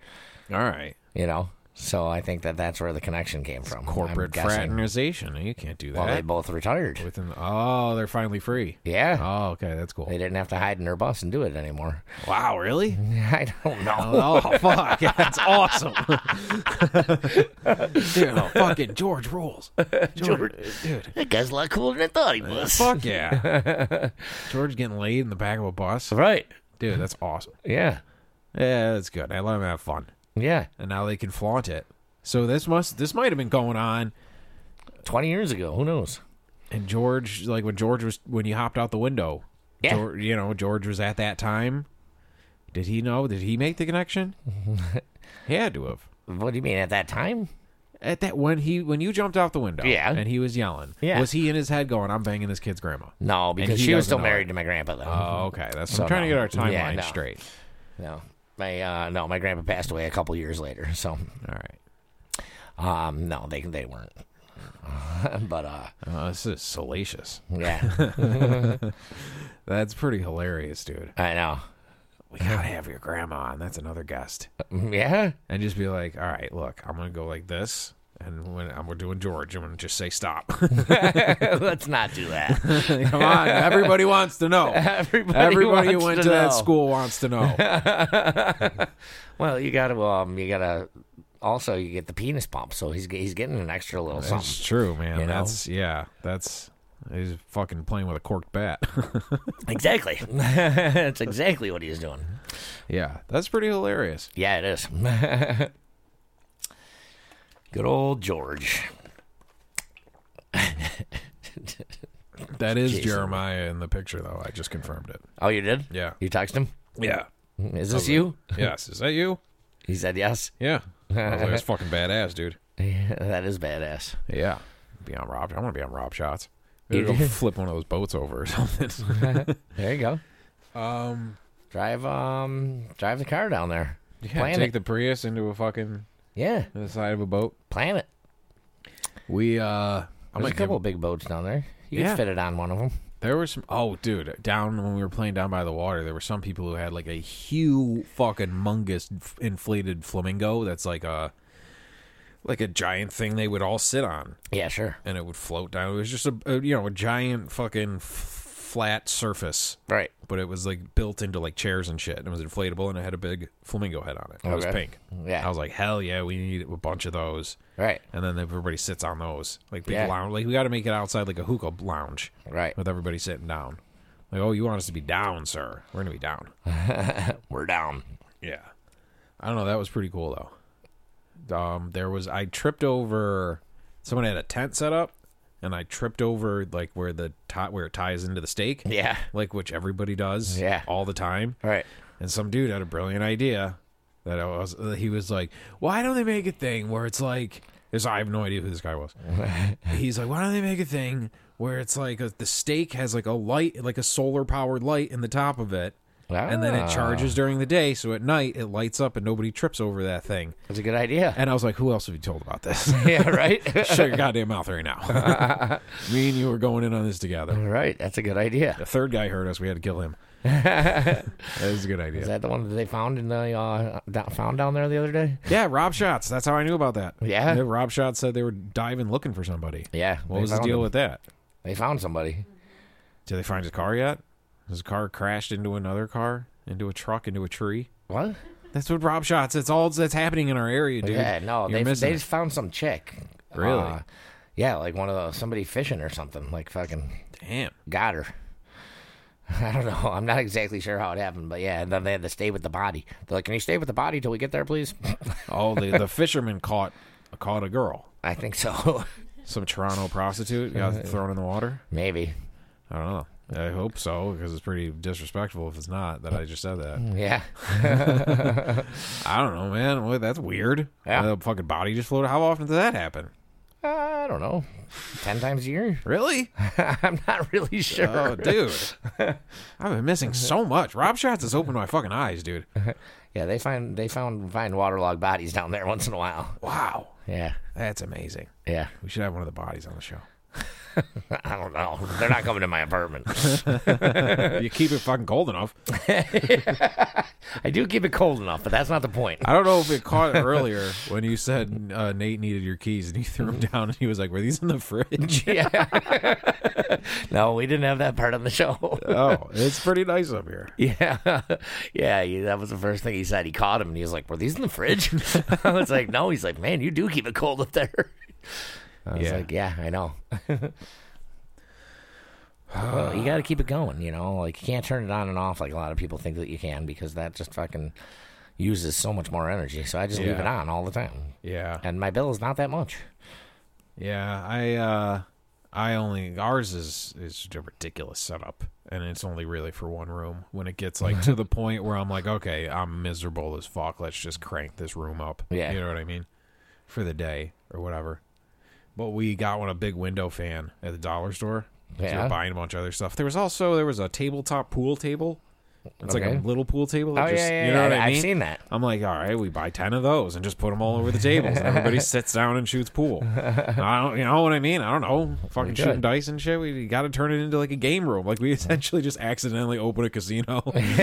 C: All right.
B: you know? So I think that that's where the connection came from. I'm
C: corporate
B: guessing.
C: fraternization. You can't do
B: Well, they
C: that.
B: both retired.
C: With an, oh, they're finally free.
B: yeah.
C: Oh, okay, that's cool.
B: They didn't have to hide in their bus and do it anymore. <laughs>
C: Wow, really?
B: I don't know.
C: Oh, fuck, <laughs> that's awesome. dude, oh, fucking George rules. George, dude,
B: That guy's a lot cooler than I thought he was.
C: fuck yeah.
B: <laughs>
C: George getting laid in the back of a bus,
B: Right.
C: dude, that's awesome.
B: Yeah.
C: Yeah, that's good. I let them have fun,
B: Yeah.
C: and now they can flaunt it. So this must, this might have been going on.
B: 20 years ago. Who knows?
C: And George, like when George was when you hopped out the window,
B: Yeah.
C: Geor- you know George was at that time. Did he know? Did he make
B: <laughs>
C: the connection? he had to have
B: What do you mean at that time?
C: at that when he when you jumped out the window.
B: Yeah.
C: and he was yelling.
B: Yeah.
C: was he in his head going, "I'm banging this kid's grandma"?
B: No, because
C: he
B: she was
C: doesn't
B: still
C: know
B: married
C: it.
B: to my grandpa then.
C: Oh, okay. That's
B: So
C: I'm trying to get
B: no.
C: our timeline
B: Yeah, no.
C: straight.
B: no. My uh no, my grandpa passed away a couple years later. So
C: All right.
B: um no, they they weren't. <laughs> but uh
C: Uh, this is salacious.
B: yeah,
C: That's pretty hilarious, dude.
B: I know. <laughs>
C: We gotta have your grandma on. That's another guest.
B: Yeah. <laughs>
C: and just be like, all right, look, I'm gonna go like this, and when I'm, we're doing George, I'm gonna just say stop. <laughs>
B: Let's not do that. <laughs>
C: Come on, everybody wants to know.
B: Everybody,
C: Everybody who
B: wants
C: went to,
B: to
C: that
B: know.
C: school wants to
B: <laughs>
C: know.
B: Well, you got to um you got to also you get the penis pump, so he's he's getting an extra little
C: That's
B: something.
C: true, man.
B: You know?
C: That's yeah. That's he's fucking playing with a corked bat. <laughs>
B: Exactly. <laughs> That's exactly what he's doing.
C: yeah, that's pretty hilarious.
B: Yeah, it is. <laughs> Good old George.
C: That is
B: Jason.
C: Jeremiah in the picture, though. I just confirmed it.
B: Oh, you did?
C: Yeah.
B: You texted him?
C: Yeah.
B: Is this you?
C: Yes. Is that you?
B: He said yes. <laughs>
C: Yeah. I was like, that's fucking badass, dude.
B: Yeah, that is badass.
C: Yeah. Be on Rob. I want to be on Rob <laughs> shots.
B: You
C: Maybe go
B: do?
C: flip one of those boats over or something.
B: There you go.
C: um.
B: Drive um drive the car down there.
C: <laughs> Yeah,
B: plan
C: take
B: it.
C: the Prius into a fucking
B: yeah.
C: to the side of a boat.
B: Plan it.
C: We uh, I'm
B: There's a couple of big boats down there. You
C: Yeah.
B: could fit it on one of them.
C: There were some. Oh, dude, down when we were playing down by the water, there were some people who had like a huge fucking mungus f- inflated flamingo. That's like a like a giant thing they would all sit on,
B: Yeah, sure.
C: and it would float down. It was just a, a you know a giant fucking f- flat surface.
B: Right.
C: But it was like built into like chairs and shit, and it was inflatable, and it had a big flamingo head on it. It was
B: Okay.
C: pink.
B: Yeah.
C: I was like, hell yeah, we need a bunch of those.
B: Right.
C: and then everybody sits on those like big
B: Yeah.
C: lounge. Like we got to make it outside like a hookah lounge,
B: Right.
C: With everybody sitting down. Like, oh, you want us to be down, sir? We're gonna be down.
B: We're down.
C: Yeah. I don't know. That was pretty cool though. Um, there was I tripped over. Someone had a tent set up, and I tripped over like where the tie where it ties into the stake.
B: Yeah.
C: Like which everybody does.
B: Yeah.
C: All the time.
B: All right.
C: And some dude had a brilliant idea that I was. He was like, "Why don't they make a thing where it's like?" This, I have no idea who this
B: <laughs>
C: guy was. He's like, "Why don't they make a thing where it's like a, the stake has like a light, like a solar powered light in the top of it, and then it
B: Ah.
C: charges during the day, so at night it lights up and nobody trips over that thing."
B: That's a good idea.
C: And I was like, "Who else have you told about this?"
B: <laughs>
C: <laughs>
B: yeah, <laughs> right?
C: Shut your goddamn mouth
B: <laughs>
C: right now. Me and you were going in on this together.
B: right. That's a good idea. <laughs>
C: The third guy heard us. We had to kill him. That is a good idea.
B: Is that the one that they found in the uh, da- found down there the other day?
C: yeah, Rob Shots. That's how I knew about that.
B: Yeah?
C: Rob Shots said they were diving looking for somebody.
B: Yeah.
C: What
B: they
C: was the
B: found
C: deal
B: him.
C: with that?
B: They found somebody.
C: Did they find his car yet? His car crashed into another car, into a truck, into a tree.
B: What?
C: That's what Rob Shots. That's all that's happening in our area, dude.
B: yeah. No.
C: You're
B: They
C: missing
B: they
C: it.
B: just found some chick.
C: Really?
B: Uh, yeah, like one of those somebody fishing or something. Like fucking
C: Damn.
B: got her. <laughs> I don't know. I'm not exactly sure how it happened, but yeah. And then they had to stay with the body. They're like, "Can you stay with the body till we get there, please?" <laughs>
C: Oh, the, the fisherman caught caught a girl,
B: I think so. <laughs>
C: some Toronto prostitute, got thrown in the water.
B: Maybe.
C: I don't know. I hope so because it's pretty disrespectful if it's not that I just said that.
B: Yeah.
C: I don't know, man. What, that's weird.
B: Yeah.
C: The fucking body just floated. How often does that happen?
B: I don't know. Ten times a year. <laughs>
C: Really?
B: I'm not really sure. <laughs>
C: Oh, dude. I've been missing so much. Rob Shots has opened my fucking eyes, dude.
B: Yeah, they find they found find waterlogged bodies down there once in a while.
C: Wow.
B: Yeah,
C: That's amazing.
B: yeah. <laughs>
C: We should have one of the bodies on the show.
B: I don't know. They're not coming to my apartment.
C: you keep it fucking cold enough.
B: I do keep it cold enough, but that's not the point. <laughs>
C: I don't know if it caught it earlier when you said uh, Nate needed your keys and you threw them down and he was like, Were these in the fridge?
B: Yeah. <laughs> no, we didn't have that part on the show.
C: oh, it's pretty nice up here.
B: Yeah, <laughs> yeah. He, that was the first thing he said. He caught him, and he was like, "Were these in the fridge?" <laughs> I was like, "No." He's like, "Man, you do keep it cold up there." <laughs> I was
C: Yeah.
B: like, "Yeah, I know." <laughs> Well, <sighs> you got to keep it going, you know. Like you can't turn it on and off like a lot of people think that you can because that just fucking uses so much more energy. So I just leave
C: Yeah.
B: it on all the time,
C: Yeah.
B: and my bill is not that much.
C: Yeah, I uh I only ours is is a ridiculous setup and it's only really for one room when it gets
B: <laughs>
C: like to the point where I'm like, okay, I'm miserable as fuck. Let's just crank this room up.
B: Yeah.
C: You know what I mean? For the day or whatever. But we got one a big window fan at the dollar store. So
B: Yeah.
C: we're buying a bunch of other stuff. There was also there was a tabletop pool table. It's
B: Okay.
C: like a little pool table. that
B: Oh
C: just-
B: yeah, yeah,
C: you know
B: yeah.
C: what I
B: I've <laughs>
C: mean?
B: seen that.
C: I'm like, all right, we buy ten of those and just put them all over the tables,
B: <laughs>
C: and everybody sits down and shoots pool. I don't, you know what I mean? I don't know, fucking
B: good.
C: shooting dice and shit. We got to turn it into like a game room. Like we essentially just accidentally open
B: <laughs>
C: a casino. and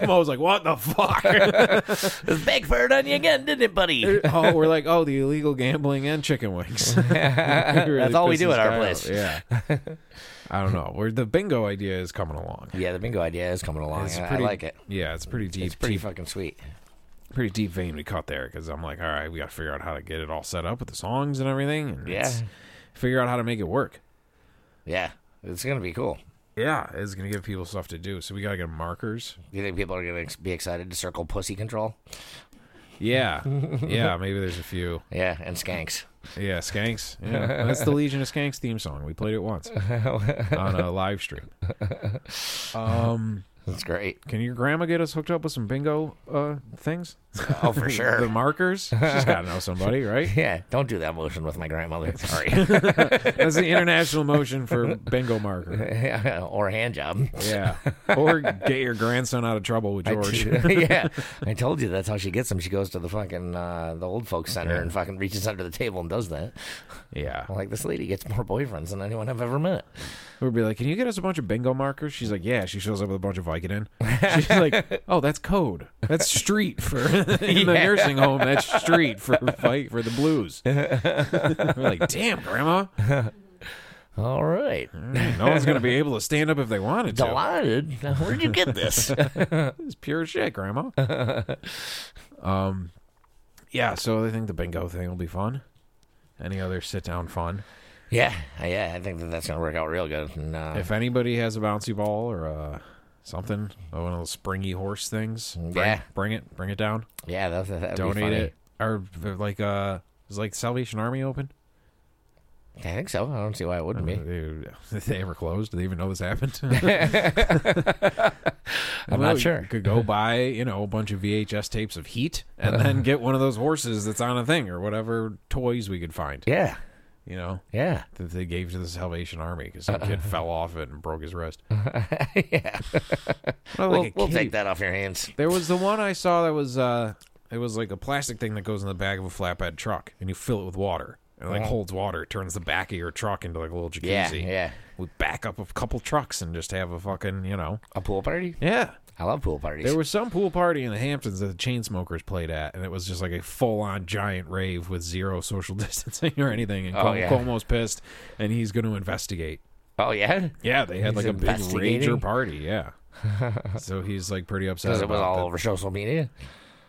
C: Cuomo's like, what the fuck?
B: It backfired on you again, didn't it, buddy?
C: oh, we're like, oh, the illegal gambling and chicken
B: <laughs>
C: wings. <laughs> That's
B: all we do at our place.
C: Yeah. I don't know. Where the bingo idea is coming
B: <laughs>
C: along.
B: yeah, the bingo idea is coming along.
C: It's
B: I-
C: pretty-
B: I like it.
C: Yeah, it's pretty deep.
B: It's pretty
C: deep
B: fucking sweet.
C: pretty deep vein we cut there because I'm like, all right, we got to figure out how to get it all set up with the songs and everything. And
B: Yeah.
C: it's- Figure out how to make it work.
B: Yeah, it's gonna be cool.
C: Yeah, it's gonna give people stuff to do. So we gotta get markers.
B: You think people are gonna ex- be excited to circle pussy control?
C: Yeah, yeah. Maybe there's a few.
B: Yeah, and skanks. <laughs>
C: Yeah, skanks. Yeah, that's the Legion of Skanks theme song. We played it
B: <laughs>
C: once on a live stream. Um,
B: That's great.
C: can your grandma get us hooked up with some bingo uh things?
B: Oh, for
C: The
B: sure.
C: markers. She's gotta know somebody, right?
B: <laughs> Yeah, don't do that motion with my grandmother. Sorry. <laughs>
C: That's the international motion for bingo marker.
B: <laughs> or a hand job.
C: Yeah. Or get your grandson out of trouble with
B: I <laughs>
C: George.
B: t- yeah, I told you that's how she gets them. She goes to the fucking uh, the old folks center
C: Yeah.
B: and fucking reaches under the table and does that.
C: yeah.
B: I'm like this lady gets more boyfriends than anyone I've ever met.
C: We'd be like, Can you get us a bunch of bingo markers? She's like, Yeah. She shows up with a bunch of Vicodin.
B: <laughs>
C: She's like, Oh, that's code. That's street for <laughs> in the
B: Yeah.
C: nursing home. That's street for fight for
B: <laughs>
C: the blues. We're like, Damn, Grandma.
B: All right,
C: No one's going to be able to stand up if they wanted to.
B: delighted. Now, Where'd you get this?
C: It's pure shit, Grandma. um, yeah. So I think the bingo thing will be fun. Any other sit down fun?
B: <laughs> yeah, yeah, I think that that's gonna work out real good. And, uh,
C: If anybody has a bouncy ball or uh, something, or one of those springy horse things, bring,
B: Yeah.
C: bring it, bring it down,
B: yeah, that's that'd be
C: donate
B: funny.
C: it, or like uh, is like Salvation Army open?
B: I think so. I don't see why it wouldn't be.
C: They, <laughs> they ever closed? Do they even know this
B: <laughs>
C: happened? <laughs>
B: I'm
C: Well,
B: not sure.
C: You could go buy you know a bunch of VHS tapes of Heat, and
B: <laughs>
C: then get one of those horses that's on a thing or whatever toys we could find.
B: Yeah,
C: You know.
B: yeah,
C: That they gave to the Salvation Army because
B: Uh-uh.
C: some kid fell off it and broke his wrist.
B: <laughs> yeah.
C: Well,
B: We'll,
C: like a
B: we'll
C: kid.
B: take that off your hands.
C: There was the one I saw that was uh it was like a plastic thing that goes in the back of a flatbed truck and you fill it with water and like holds water, turns the back of your truck into like a little
B: Oh. Yeah,
C: jacuzzi.
B: yeah.
C: We back up a couple trucks and just have a fucking, you know.
B: A pool party?
C: Yeah.
B: I love pool parties.
C: There was some pool party in the Hamptons that the Chainsmokers played at, and it was just like a full-on giant rave with zero social <laughs> distancing or anything. And
B: Oh,
C: Cuomo,
B: yeah.
C: Cuomo's pissed, and he's going to investigate.
B: oh yeah,
C: Yeah, they had
B: He's
C: like a big
B: investigating?
C: rager party. Yeah, <laughs> so he's like pretty upset.
B: because it
C: about
B: was all
C: that.
B: over social media.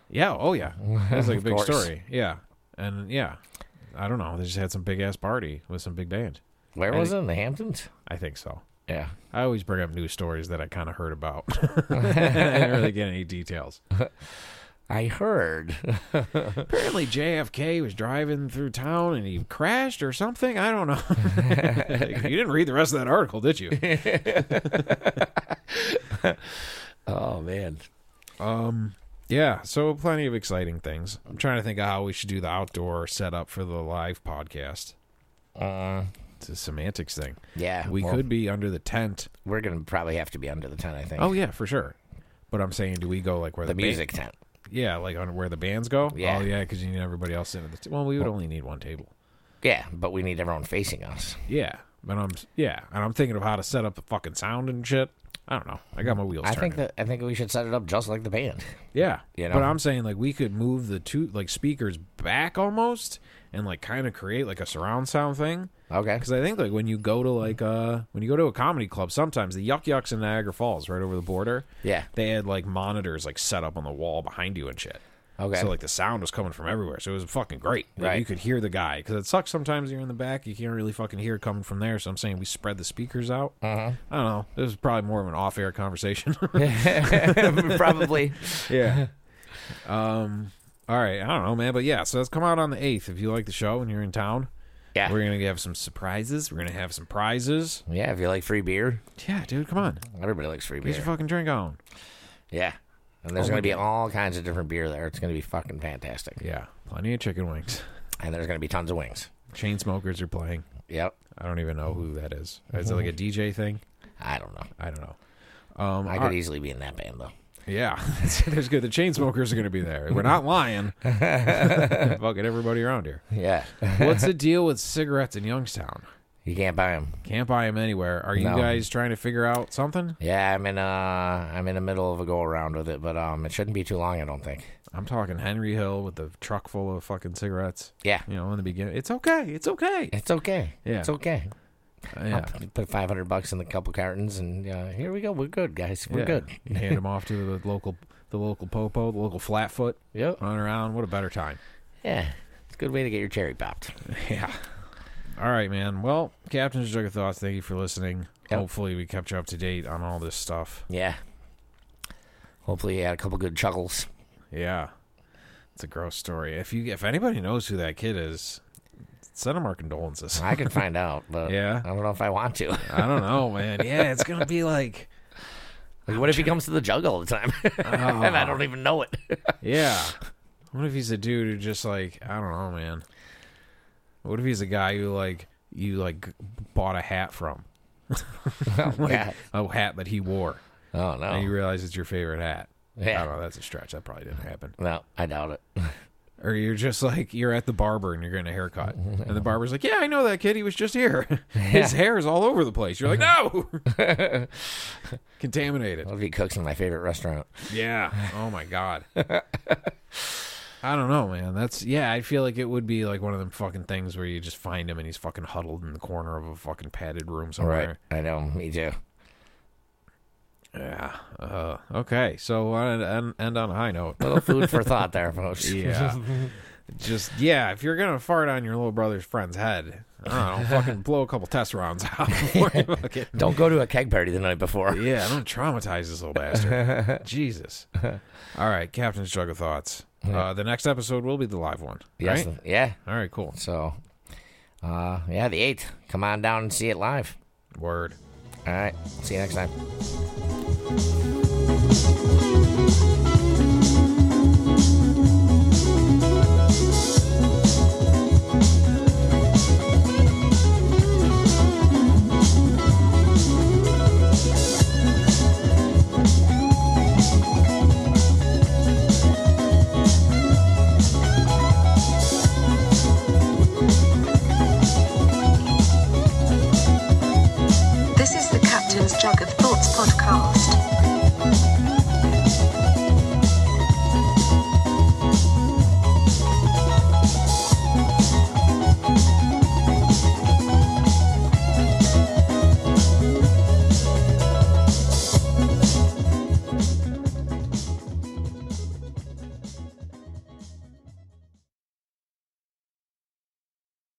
C: Yeah. Oh yeah, it was like
B: <laughs>
C: a
B: Of
C: big
B: course.
C: story. Yeah, and yeah, I don't know. They just had some big ass party with some big band.
B: Where was it? In the Hamptons?
C: I think so.
B: Yeah.
C: I always bring up news stories that I kind of heard about. <laughs> I didn't really get any details.
B: I heard.
C: Apparently JFK was driving through town and he crashed or something. I don't know. <laughs> you didn't read the rest of that article,
B: <laughs>
C: did you?
B: <laughs> oh man.
C: Um, yeah. So plenty of exciting things. I'm trying to think of how we should do the outdoor setup for the live podcast.
B: Uh,
C: It's a semantics thing.
B: yeah.
C: We
B: well,
C: could be under the tent.
B: We're gonna probably have to be under the tent. I think.
C: Oh yeah, for sure. But I'm saying, do we go like where the,
B: the
C: band-
B: music tent.
C: yeah, like on where the bands go.
B: Yeah.
C: Oh yeah, because you need everybody else sitting at the. T- well, we would only need one table.
B: Yeah, but we need everyone facing us.
C: Yeah, but I'm yeah, and I'm thinking of how to set up the fucking sound and shit. I don't know. I got my wheels.
B: I
C: turning.
B: think that I think we should set it up just like the band.
C: Yeah,
B: You
C: but
B: know?
C: I'm saying like we could move the two like speakers back almost and like kind of create like a surround sound thing.
B: <laughs> Okay.
C: Because I think like when you go to
B: Hmm.
C: like uh when you go to a comedy club, sometimes the Yuck Yucks in Niagara Falls, right over the border,
B: Yeah.
C: they had like monitors like set up on the wall behind you and shit.
B: Okay.
C: So like the sound was coming from everywhere, so it was fucking great. Like,
B: Right.
C: You could hear the guy because it sucks sometimes you're in the back, you can't really fucking hear it coming from there. So I'm saying we spread the speakers out. Uh-huh. I don't know. This is probably more of an off-air conversation. <laughs>
B: <laughs> probably.
C: Yeah. um. All right. I don't know, man. But yeah. So let's come out on the eighth if you like the show and you're in town.
B: Yeah.
C: We're gonna have some surprises. We're gonna have some prizes.
B: yeah. If you like free beer,
C: Yeah, dude. Come on.
B: everybody likes free
C: Get your
B: beer.
C: fucking drink on.
B: Oh, Yeah. And there's going to be all kinds of different beer there. It's going to be fucking fantastic.
C: Yeah. Plenty of chicken wings. <laughs>
B: And there's going to be tons of wings.
C: Chain smokers are playing.
B: Yep.
C: I don't even know who that is. Is it like a DJ thing?
B: I don't know.
C: I don't know. Um,
B: I
C: all
B: could
C: right.
B: easily be in that band though.
C: yeah, <laughs> there's good. The chain smokers are going to be there. We're
B: <laughs>
C: not lying. <laughs> Fucking everybody around here.
B: Yeah.
C: What's the deal with cigarettes in Youngstown?
B: you can't buy them.
C: Can't buy them anywhere. Are you
B: No.
C: guys trying to figure out something?
B: Yeah, I'm in uh I'm in the middle of a go around with it, but um it shouldn't be too long, I don't think.
C: I'm talking Henry Hill with the truck full of fucking cigarettes.
B: Yeah.
C: You know, in the beginning, it's okay. It's okay.
B: It's okay.
C: Yeah.
B: It's okay.
C: Uh, yeah.
B: I'll p- put 500 bucks in the couple cartons and uh, here we go. We're good, guys. We're
C: Yeah.
B: good.
C: <laughs> You hand them off to the local, the local popo, the local flatfoot.
B: <laughs> Yep.
C: Run around. What a better time.
B: Yeah. It's a good way to get your cherry popped.
C: Yeah. All right, man. Well, Captain's Jug of Thoughts, thank you for listening.
B: Yep.
C: Hopefully, we kept you up to date on all this stuff.
B: Yeah. Hopefully you had a couple good chuckles.
C: Yeah. It's a gross story. If you if anybody knows who that kid is, send him our
B: <laughs>
C: condolences.
B: I can
C: <laughs>
B: find out, but
C: Yeah.
B: I don't know if I want to.
C: I don't know, man. Yeah, it's gonna be like,
B: Like, what if
C: <laughs>
B: he comes to the jug all the time <laughs> and <laughs> I don't even know it?
C: oh, yeah. What if he's a dude who just like I don't know, man. What if he's a guy who like you like bought a hat from?
B: oh, yeah.
C: A hat that he wore,
B: oh
C: and you
B: no.
C: realize it's your favorite hat. I don't
B: Yeah.
C: know. That's a stretch. That probably didn't happen.
B: No, I doubt it.
C: Or you're just like you're at the barber and you're getting a haircut, and the barber's like, "Yeah, I know that kid. He was just here. <laughs> His hair is all over the place." You're like, "No,
B: <laughs>
C: contaminated."
B: What if he cooks in my favorite restaurant?
C: Yeah. Oh my
B: <laughs>
C: god. I don't know, man. That's yeah. I feel like it would be like one of them fucking things where you just find him and he's fucking huddled in the corner of a fucking padded room somewhere.
B: I know. Me too.
C: Yeah. Uh, okay. So uh, end on a high note.
B: little food for thought
C: <laughs>
B: there, folks.
C: Yeah. Just yeah, if you're gonna fart on your little brother's friend's head, I don't know, fucking blow a couple test rounds out <laughs> before you fucking
B: Don't go to a keg party the night before.
C: Yeah, don't traumatize this little bastard. Jesus. All right, Captain's Jug of Thoughts. Uh, the next episode will be the live one.
B: Yes.
C: Right?
B: Yeah.
C: All right, cool.
B: So, uh, yeah, the 8th. Come on down and see it live.
C: Word.
B: All right. See you next time.
A: Jug of Thoughts podcast.